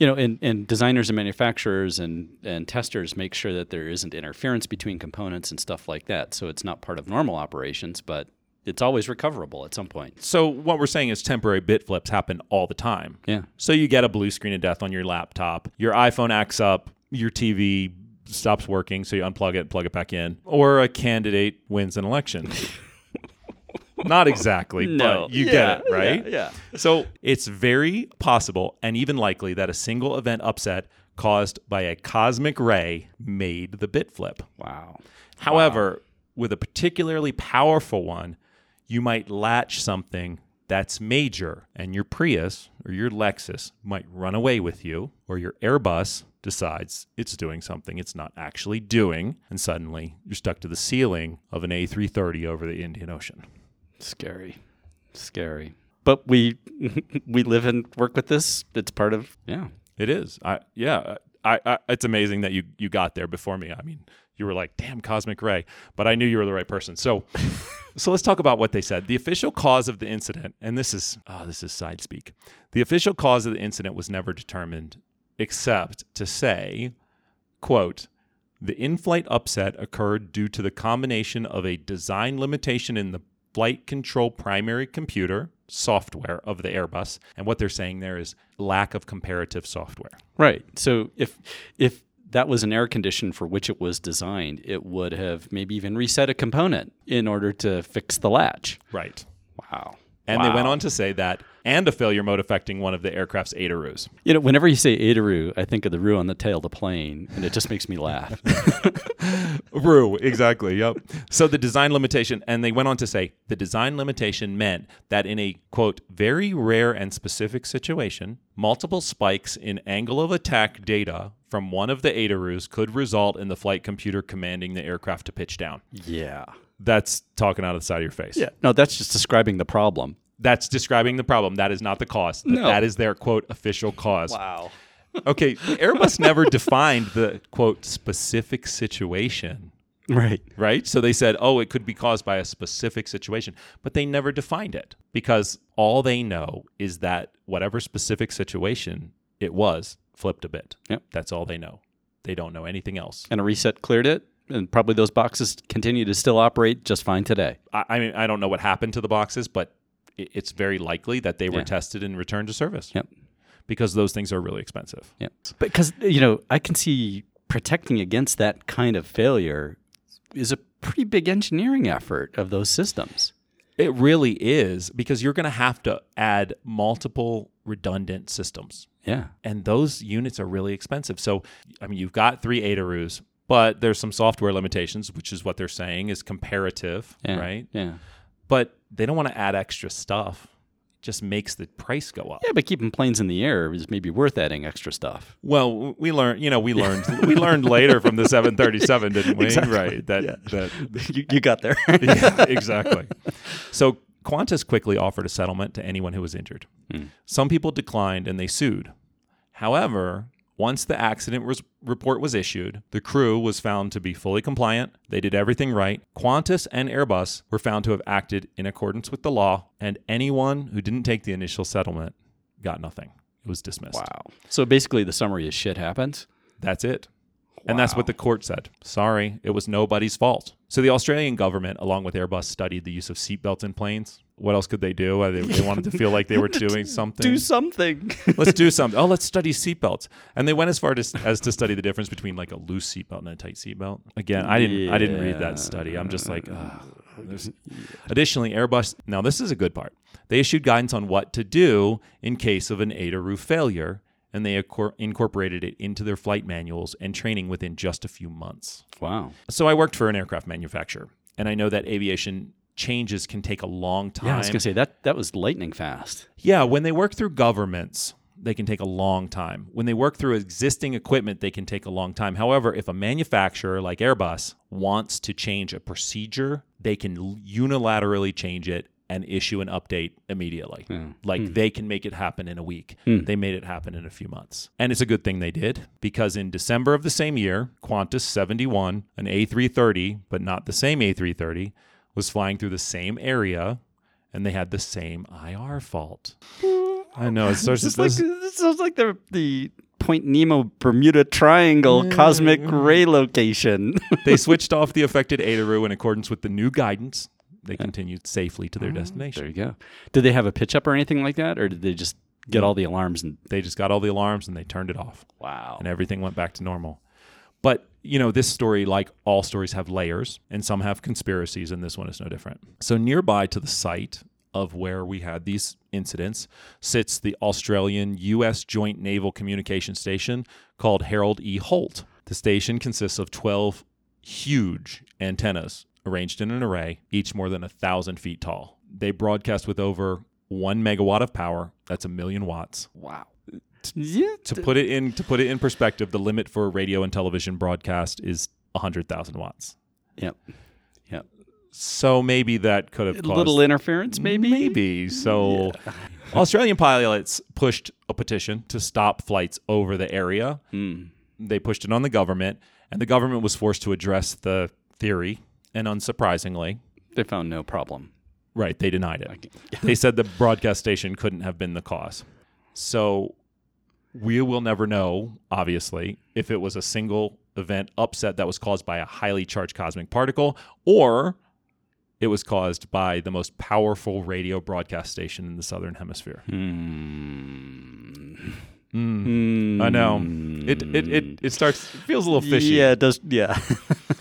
Speaker 12: you know, and, and designers and manufacturers and, and testers make sure that there isn't interference between components and stuff like that. So it's not part of normal operations, but it's always recoverable at some point.
Speaker 1: So, what we're saying is temporary bit flips happen all the time.
Speaker 12: Yeah.
Speaker 1: So, you get a blue screen of death on your laptop, your iPhone acts up, your TV stops working, so you unplug it, plug it back in, or a candidate wins an election. Not exactly,
Speaker 12: No.
Speaker 1: but you
Speaker 12: Yeah,
Speaker 1: get it, right?
Speaker 12: yeah,
Speaker 1: So it's very possible and even likely that a single event upset caused by a cosmic ray made the bit flip.
Speaker 12: Wow.
Speaker 1: However, with a particularly powerful one, you might latch something that's major, and your Prius or your Lexus might run away with you, or your Airbus decides it's doing something it's not actually doing, and suddenly you're stuck to the ceiling of an A330 over the Indian Ocean.
Speaker 12: Scary. Scary. But we we live and work with this. It's part of yeah.
Speaker 1: It is. I yeah. I, I it's amazing that you you got there before me. I mean, you were like, "Damn, cosmic ray," but I knew you were the right person. So, so let's talk about what they said. The official cause of the incident, and this is oh, this is side speak. The official cause of the incident was never determined, except to say, "quote." The in-flight upset occurred due to the combination of a design limitation in the flight control primary computer software of the Airbus, and what they're saying there is lack of comparative software.
Speaker 12: Right. So if if that was an air condition for which it was designed, it would have maybe even reset a component in order to fix the latch.
Speaker 1: Right.
Speaker 12: Wow.
Speaker 1: And they went on to say that and a failure mode affecting one of the aircraft's ADARUs.
Speaker 12: You know, whenever you say Adaroo, I think of the roux on the tail of the plane, and it just makes me laugh.
Speaker 1: Rue, exactly. Yep. So the design limitation, and they went on to say the design limitation meant that in a quote, very rare and specific situation, multiple spikes in angle of attack data from one of the ADARUs could result in the flight computer commanding the aircraft to pitch down.
Speaker 12: yeah.
Speaker 1: That's talking out of the side of your face.
Speaker 12: Yeah. No, that's just describing the problem.
Speaker 1: That's describing the problem. That is not the cause. but
Speaker 12: No.
Speaker 1: That is their quote official cause.
Speaker 12: Wow.
Speaker 1: Okay, Airbus never defined the quote specific situation,
Speaker 12: Right.
Speaker 1: right? So they said, "Oh, it could be caused by a specific situation," but they never defined it because all they know is that whatever specific situation it was flipped a bit.
Speaker 12: Yep.
Speaker 1: That's all they know. They don't know anything else.
Speaker 12: And a reset cleared it, and probably those boxes continue to still operate just fine today.
Speaker 1: I, I mean, I don't know what happened to the boxes, but i- it's very likely that they were
Speaker 12: Yeah.
Speaker 1: tested and returned to service
Speaker 12: Yep.
Speaker 1: because those things are really expensive.
Speaker 12: Yeah. Because, you know, I can see protecting against that kind of failure is a pretty big engineering effort of those systems.
Speaker 1: It really is because you're going to have to add multiple redundant systems.
Speaker 12: Yeah.
Speaker 1: And those units are really expensive. So, I mean, you've got three ADARUs, but there's some software limitations, which is what they're saying is comparative,
Speaker 12: yeah.
Speaker 1: right?
Speaker 12: Yeah.
Speaker 1: But they don't want to add extra stuff, It just makes the price go up.
Speaker 12: Yeah, but keeping planes in the air is maybe worth adding extra stuff.
Speaker 1: Well, w- we learned, you know, we learned, we learned later from the 737, didn't we?
Speaker 12: Exactly.
Speaker 1: Right. That,
Speaker 12: Yeah.
Speaker 1: that
Speaker 12: you, you got there.
Speaker 1: yeah, exactly. So Qantas quickly offered a settlement to anyone who was injured. Some people declined and they sued. However, once the accident was, report was issued, the crew was found to be fully compliant. They did everything right. Qantas and Airbus were found to have acted in accordance with the law, and anyone who didn't take the initial settlement got nothing. It was dismissed.
Speaker 12: Wow. So basically, the summary is shit happens.
Speaker 1: That's it. And that's what
Speaker 12: Wow.
Speaker 1: the court said. Sorry, it was nobody's fault. So the Australian government, along with Airbus, studied the use of seatbelts in planes What else could they do? Uh, They, they wanted to feel like they were doing something.
Speaker 12: Do something.
Speaker 1: let's do something. Oh, let's study seatbelts. And they went as far to, as to study the difference between like a loose seatbelt and a tight seatbelt. Again, I didn't I didn't read that study. I'm just like, ugh. There's- Additionally, Airbus. Now this is a good part. They issued guidance on what to do in case of an ADA roof failure, and they incor- incorporated it into their flight manuals and training within just a few months.
Speaker 12: wow.
Speaker 1: So I worked for an aircraft manufacturer, and I know that aviation changes can take a long time.
Speaker 12: Yeah, I was gonna say that that was lightning fast.
Speaker 1: Yeah, when they work through governments, they can take a long time. When they work through existing equipment, they can take a long time. However, if a manufacturer like Airbus wants to change a procedure, they can l- unilaterally change it and issue an update immediately. Like they can make it happen in a week. They made it happen in a few months. And it's a good thing they did because in December of the same year, Qantas 71, an A330, but not the same A330, was flying through the same area and they had the same IR fault. I know it starts
Speaker 12: It's like this sounds like the the Point Nemo Bermuda Triangle cosmic ray location.
Speaker 1: they switched off the affected Aideru in accordance with the new guidance. They continued safely to their
Speaker 12: there
Speaker 1: destination.
Speaker 12: you go. Did they have a pitch up or anything like that, or did they just get all the alarms and
Speaker 1: They just got all the alarms and they turned it off,
Speaker 12: wow?
Speaker 1: and everything went back to normal. But you know, this story, like all stories, have layers, and some have conspiracies, and this one is no different. So nearby to the site of where we had these incidents sits the Australian U.S. Joint Naval Communication Station called Harold E. Holt. The station consists of 12 huge antennas arranged in an array, each more than a thousand feet tall. They broadcast with over one megawatt of power. That's a million watts
Speaker 12: Yeah.
Speaker 1: to put it in to put it in perspective, the limit for a radio and television broadcast is hundred thousand watts.
Speaker 12: Yep. Yep.
Speaker 1: So maybe that could have
Speaker 12: A
Speaker 1: caused
Speaker 12: little interference, maybe.
Speaker 1: Maybe so. Australian pilots pushed a petition to stop flights over the area.
Speaker 12: Hmm.
Speaker 1: They pushed it on the government, and the government was forced to address the theory. And unsurprisingly,
Speaker 12: They found no problem.
Speaker 1: Right, they denied it. they said the broadcast station couldn't have been the cause. So we will never know, obviously, if it was a single event upset that was caused by a highly charged cosmic particle or it was caused by the most powerful radio broadcast station in the southern hemisphere.
Speaker 12: Hmm.
Speaker 1: Mm. I know. It, it it it starts it feels a little fishy
Speaker 12: Yeah, it does. Yeah.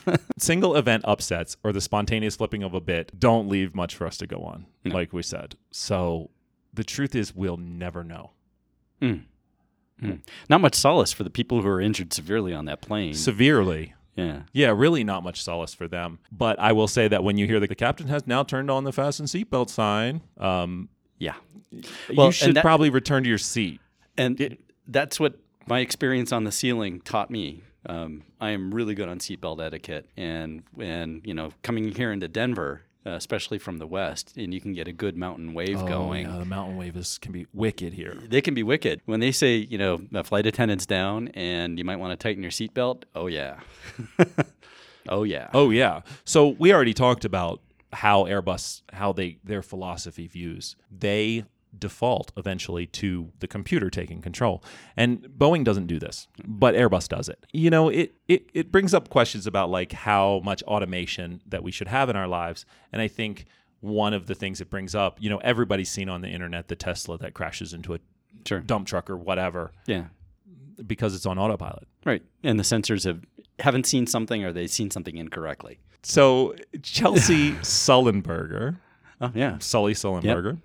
Speaker 1: single event upsets or the spontaneous flipping of a bit don't leave much for us to go on, like we said. So the truth is, we'll never know.
Speaker 12: Not much solace for the people who are injured severely on that plane.
Speaker 1: Severely.
Speaker 12: yeah.
Speaker 1: Yeah, really not much solace for them. But I will say that when you hear that the captain has now turned on the fasten seatbelt sign, um,
Speaker 12: Yeah.
Speaker 1: you
Speaker 12: and
Speaker 1: should
Speaker 12: that-
Speaker 1: probably return to your seat.
Speaker 12: And that's what my experience on the ceiling taught me. Um, I am really good on seatbelt etiquette, and and you know, coming here into Denver, uh, especially from the west, and you can get a good mountain wave going.
Speaker 1: Oh, the mountain wave is, can be wicked here.
Speaker 12: They can be wicked when they say, you know, the flight attendants down, and you might want to tighten your seatbelt. Oh yeah, oh yeah.
Speaker 1: Oh yeah. So we already talked about how Airbus how they their philosophy views. They default eventually to the computer taking control. And Boeing doesn't do this, but Airbus does it. You know, it it it brings up questions about like how much automation that we should have in our lives. And I think one of the things it brings up, you know, everybody's seen on the internet the Tesla that crashes into a
Speaker 12: Sure.
Speaker 1: dump truck or whatever
Speaker 12: Yeah.
Speaker 1: because it's on autopilot.
Speaker 12: Right. And the sensors have haven't seen something, or they've seen something incorrectly.
Speaker 1: So Chelsea Sullenberger
Speaker 12: Oh yeah.
Speaker 1: Sully Sullenberger.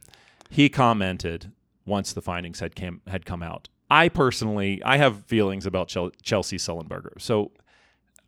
Speaker 1: He commented once the findings had came had come out. I personally, I have feelings about Chel- Chelsea Sullenberger. So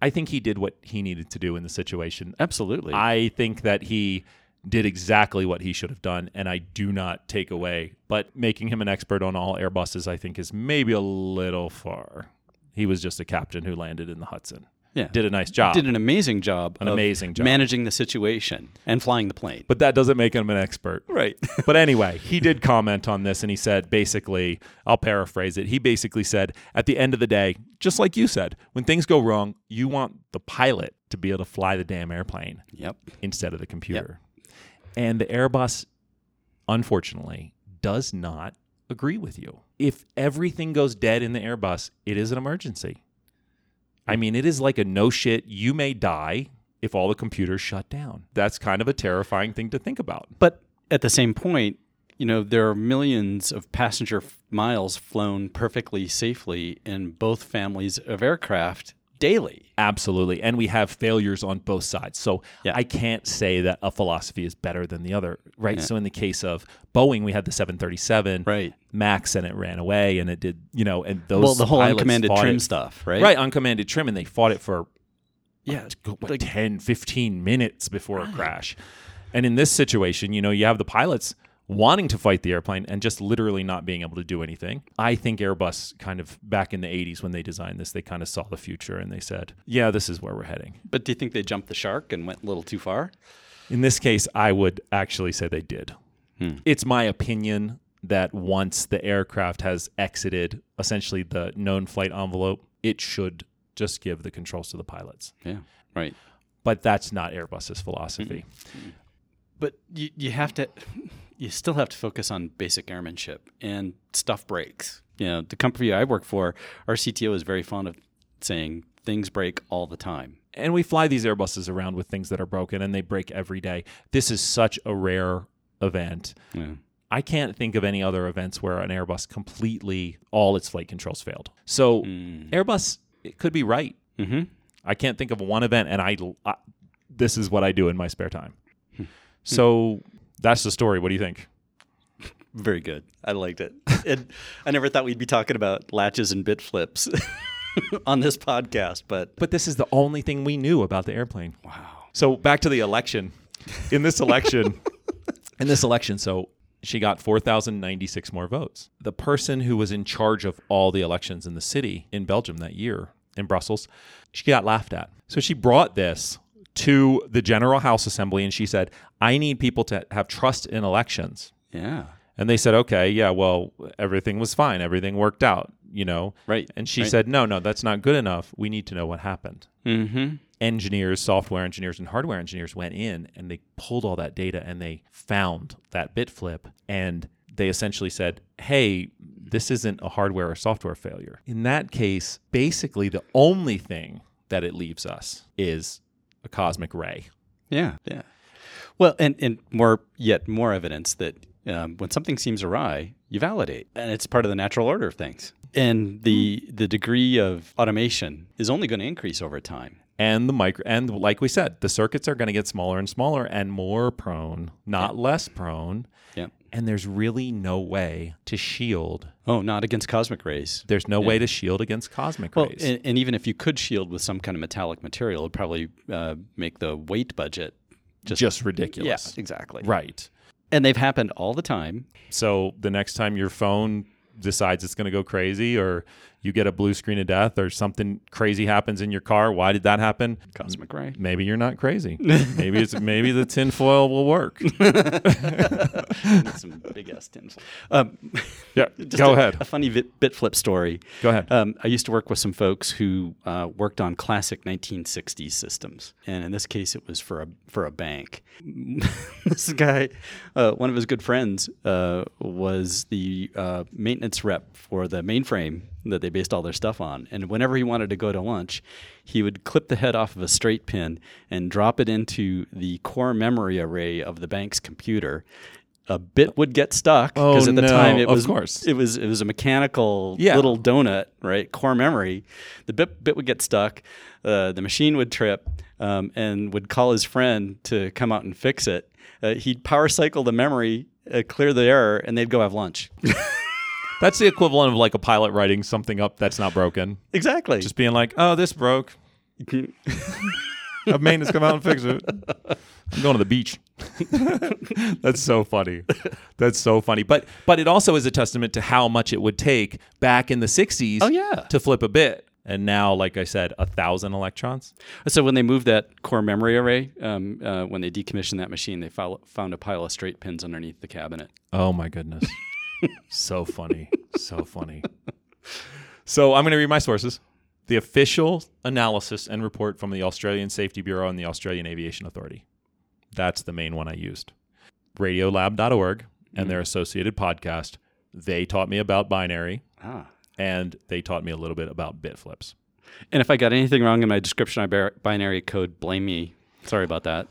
Speaker 1: I think he did what he needed to do in the situation.
Speaker 12: Absolutely.
Speaker 1: I think that he did exactly what he should have done, and I do not take away. But making him an expert on all Airbuses, I think, is maybe a little far. He was just a captain who landed in the Hudson.
Speaker 12: yeah.
Speaker 1: Did a nice job.
Speaker 12: did an amazing job.
Speaker 1: An
Speaker 12: of
Speaker 1: amazing job.
Speaker 12: managing the situation and flying the plane.
Speaker 1: but that doesn't make him an expert.
Speaker 12: right.
Speaker 1: but anyway, he did comment on this and he said basically, I'll paraphrase it. He basically said, at the end of the day, just like you said, when things go wrong, you want the pilot to be able to fly the damn airplane
Speaker 12: yep.
Speaker 1: instead of the computer. And the Airbus, unfortunately, does not agree with you. If everything goes dead in the Airbus, it is an emergency. I mean, it is like a no shit, you may die if all the computers shut down. That's kind of a terrifying thing to think about.
Speaker 12: But at the same point, you know, there are millions of passenger f- miles flown perfectly safely in both families of aircraft daily.
Speaker 1: Absolutely. And we have failures on both sides. So
Speaker 12: Yeah.
Speaker 1: I can't say that a philosophy is better than the other, right? So in the case of Boeing, we had the 737
Speaker 12: Right.
Speaker 1: Max and it ran away and it did, you know, and those
Speaker 12: well, the whole
Speaker 1: pilots
Speaker 12: uncommanded
Speaker 1: fought
Speaker 12: trim
Speaker 1: it.
Speaker 12: stuff, right?
Speaker 1: Right. uncommanded trim and they fought it for uh,
Speaker 12: Yeah.
Speaker 1: what, 10, 15 minutes before a crash. And in this situation, you know, you have the pilots wanting to fight the airplane and just literally not being able to do anything. I think Airbus kind of back in the 80s when they designed this, they kind of saw the future and they said, yeah, this is where we're heading.
Speaker 12: But do you think they jumped the shark and went a little too far?
Speaker 1: In this case, I would actually say they did. It's my opinion that once the aircraft has exited essentially the known flight envelope, it should just give the controls to the pilots.
Speaker 12: Yeah. Right.
Speaker 1: But that's not Airbus's philosophy.
Speaker 12: but you, you have to you still have to focus on basic airmanship and stuff breaks you know the company i work for our cto is very fond of saying things break all the time
Speaker 1: And we fly these Airbuses around with things that are broken and they break every day. This is such a rare event.
Speaker 12: yeah.
Speaker 1: I can't think of any other events where an Airbus completely all its flight controls failed. So Airbus it could be right.
Speaker 12: Hmm. mm-hmm.
Speaker 1: I can't think of one event, and I, I- this is what I do in my spare time.
Speaker 12: Hmm.
Speaker 1: so that's the story. What do you think?
Speaker 12: very good i liked it and i never thought we'd be talking about latches and bit flips on this podcast but
Speaker 1: But this is the only thing we knew about the airplane. Wow. So back to the election. In this election, in this election, so she got 4,096 more votes. The person who was in charge of all the elections in the city in Belgium that year, in Brussels, she got laughed at. So she brought this to the General House Assembly and she said, I need people to have trust in elections.
Speaker 12: yeah
Speaker 1: And they said, okay, yeah, well, everything was fine. Everything worked out, you know?
Speaker 12: Right,
Speaker 1: And she
Speaker 12: right.
Speaker 1: said, no, no, that's not good enough. We need to know what happened.
Speaker 12: mm-hmm.
Speaker 1: Engineers, software engineers, and hardware engineers went in and they pulled all that data and they found that bit flip. And they essentially said, hey, this isn't a hardware or software failure. In that case, basically the only thing that it leaves us is a cosmic ray.
Speaker 12: Yeah, yeah. Well, and and more yet more evidence that um, when something seems awry, you validate, and it's part of the natural order of things. And the
Speaker 1: Mm-hmm.
Speaker 12: the degree of automation is only going to increase over time.
Speaker 1: and the micro and like we said the circuits are going to get smaller and smaller and more prone not less prone
Speaker 12: Yeah.
Speaker 1: and there's really no way to shield
Speaker 12: Oh, not against cosmic rays.
Speaker 1: there's no way to shield against cosmic
Speaker 12: Well,
Speaker 1: rays
Speaker 12: and, and even if you could shield with some kind of metallic material, it'd probably uh, make the weight budget
Speaker 1: just,
Speaker 12: just,
Speaker 1: ridiculous
Speaker 12: Yeah, exactly.
Speaker 1: right
Speaker 12: And they've happened all the time.
Speaker 1: so the next time your phone decides it's going to go crazy or you get a blue screen of death or something crazy happens in your car why did that happen
Speaker 12: Cosmic ray.
Speaker 1: maybe you're not crazy maybe it's maybe the tinfoil will work
Speaker 12: some big ass tins. Um,
Speaker 1: yeah
Speaker 12: Just
Speaker 1: go
Speaker 12: a,
Speaker 1: ahead
Speaker 12: A funny bit, bit flip story.
Speaker 1: Go ahead.
Speaker 12: Um, I used to work with some folks who uh, worked on classic 1960s systems, and in this case, it was for a for a bank. this guy, uh, one of his good friends, uh, was the uh, maintenance rep for the mainframe that they based all their stuff on. And whenever he wanted to go to lunch, he would clip the head off of a straight pin and drop it into the core memory array of the bank's computer. A bit would get stuck because
Speaker 1: Oh,
Speaker 12: at the
Speaker 1: no.
Speaker 12: time it
Speaker 1: Of
Speaker 12: was
Speaker 1: course.
Speaker 12: it was it was a mechanical
Speaker 1: Yeah.
Speaker 12: little donut, right? Core memory. The bit bit would get stuck. Uh, the machine would trip um, and would call his friend to come out and fix it. Uh, he'd power cycle the memory, uh, clear the error, and they'd go have lunch.
Speaker 1: That's the equivalent of like a pilot writing something up that's not broken.
Speaker 12: exactly.
Speaker 1: Just being like, oh, this broke. I've maintenance come out and fix it. I'm going to the beach. that's so funny. That's so funny. But but it also is a testament to how much it would take back in the 60s
Speaker 12: Oh, yeah.
Speaker 1: to flip a bit. And now, like I said, a thousand electrons.
Speaker 12: So when they moved that core memory array, um, uh, when they decommissioned that machine, they fol- found a pile of straight pins underneath the cabinet.
Speaker 1: Oh my goodness. so funny. So funny. So I'm going to read my sources. The official analysis and report from the Australian Safety Bureau and the Australian Aviation Authority. That's the main one I used. Radiolab.org and their associated podcast. They taught me about binary
Speaker 12: Ah.
Speaker 1: and they taught me a little bit about bit flips.
Speaker 12: And if I got anything wrong in my description of bar- binary code, blame me. Sorry about that.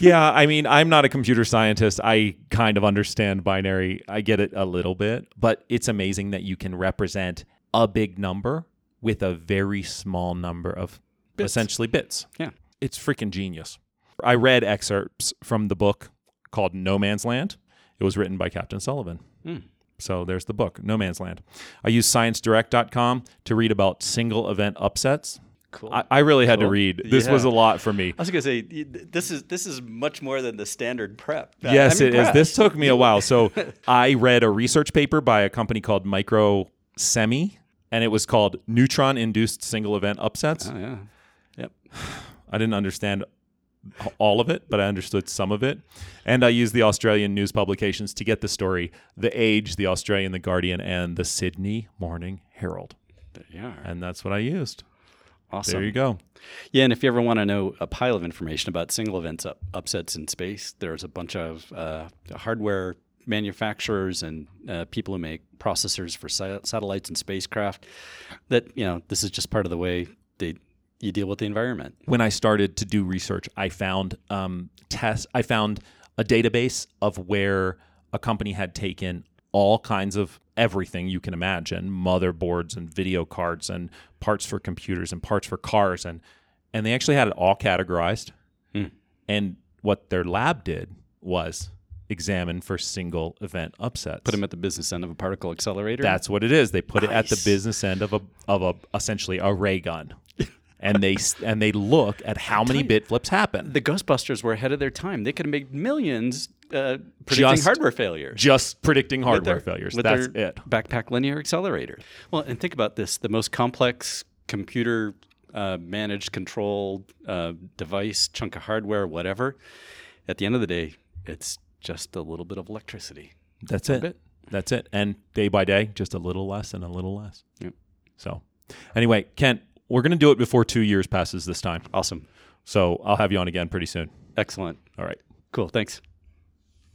Speaker 1: yeah, I mean, I'm not a computer scientist. I kind of understand binary. I get it a little bit, but it's amazing that you can represent a big number with a very small number of essentially bits.
Speaker 12: Yeah.
Speaker 1: It's freaking genius. I read excerpts from the book called No Man's Land. It was written by Captain Sullivan.
Speaker 12: Hmm.
Speaker 1: So there's the book, No Man's Land. I used sciencedirect.com to read about single event upsets.
Speaker 12: Cool.
Speaker 1: I, I really had to
Speaker 12: Cool.
Speaker 1: read. This was a
Speaker 12: Yeah.
Speaker 1: lot for me.
Speaker 12: I was gonna say y- this is this is much more than the standard prep. I-
Speaker 1: Yes,
Speaker 12: I'm
Speaker 1: it is. This
Speaker 12: impressed.
Speaker 1: took me a while. So I read a research paper by a company called Micro Semi, and it was called Neutron Induced Single Event Upsets.
Speaker 12: Oh, yeah.
Speaker 1: I didn't understand all of it, but I understood some of it. And I used the Australian news publications to get the story The Age, The Australian, The Guardian, and The Sydney Morning Herald.
Speaker 12: There you are.
Speaker 1: And that's what I used.
Speaker 12: Awesome.
Speaker 1: There you go.
Speaker 12: Yeah, and if you ever want to know a pile of information about single events up, upsets in space, there's a bunch of uh, hardware manufacturers and uh, people who make processors for sa- satellites and spacecraft. That you know, this is just part of the way they you deal with the environment.
Speaker 1: when I started to do research, I found um, tests. I found a database of where a company had taken all kinds of everything you can imagine: motherboards and video cards and parts for computers and parts for cars, and and they actually had it all categorized.
Speaker 12: Hmm.
Speaker 1: And what their lab did was examine for single event upsets.
Speaker 12: Put them at the business end of a particle accelerator.
Speaker 1: That's what it is. They put it at the
Speaker 12: Nice.
Speaker 1: business end of a of a essentially a ray gun, and they s- and they look at how many bit flips happen.
Speaker 12: the Ghostbusters were ahead of their time. They could have made millions uh, predicting
Speaker 1: Just-
Speaker 12: hardware failures.
Speaker 1: Just predicting
Speaker 12: with
Speaker 1: hardware
Speaker 12: their-
Speaker 1: failures.
Speaker 12: with
Speaker 1: That's
Speaker 12: their
Speaker 1: it.
Speaker 12: Backpack linear accelerator. Well, and think about this: the most complex computer uh, managed, controlled uh, device, chunk of hardware, whatever. At the end of the day, it's just a little bit of electricity.
Speaker 1: That's it. That's it. And day by day, just a little less and a little less.
Speaker 12: Yep.
Speaker 1: So, anyway, Kent, we're gonna do it before two years passes this time.
Speaker 12: Awesome,
Speaker 1: So I'll have you on again pretty soon.
Speaker 12: excellent,
Speaker 1: All right.
Speaker 12: cool. Thanks.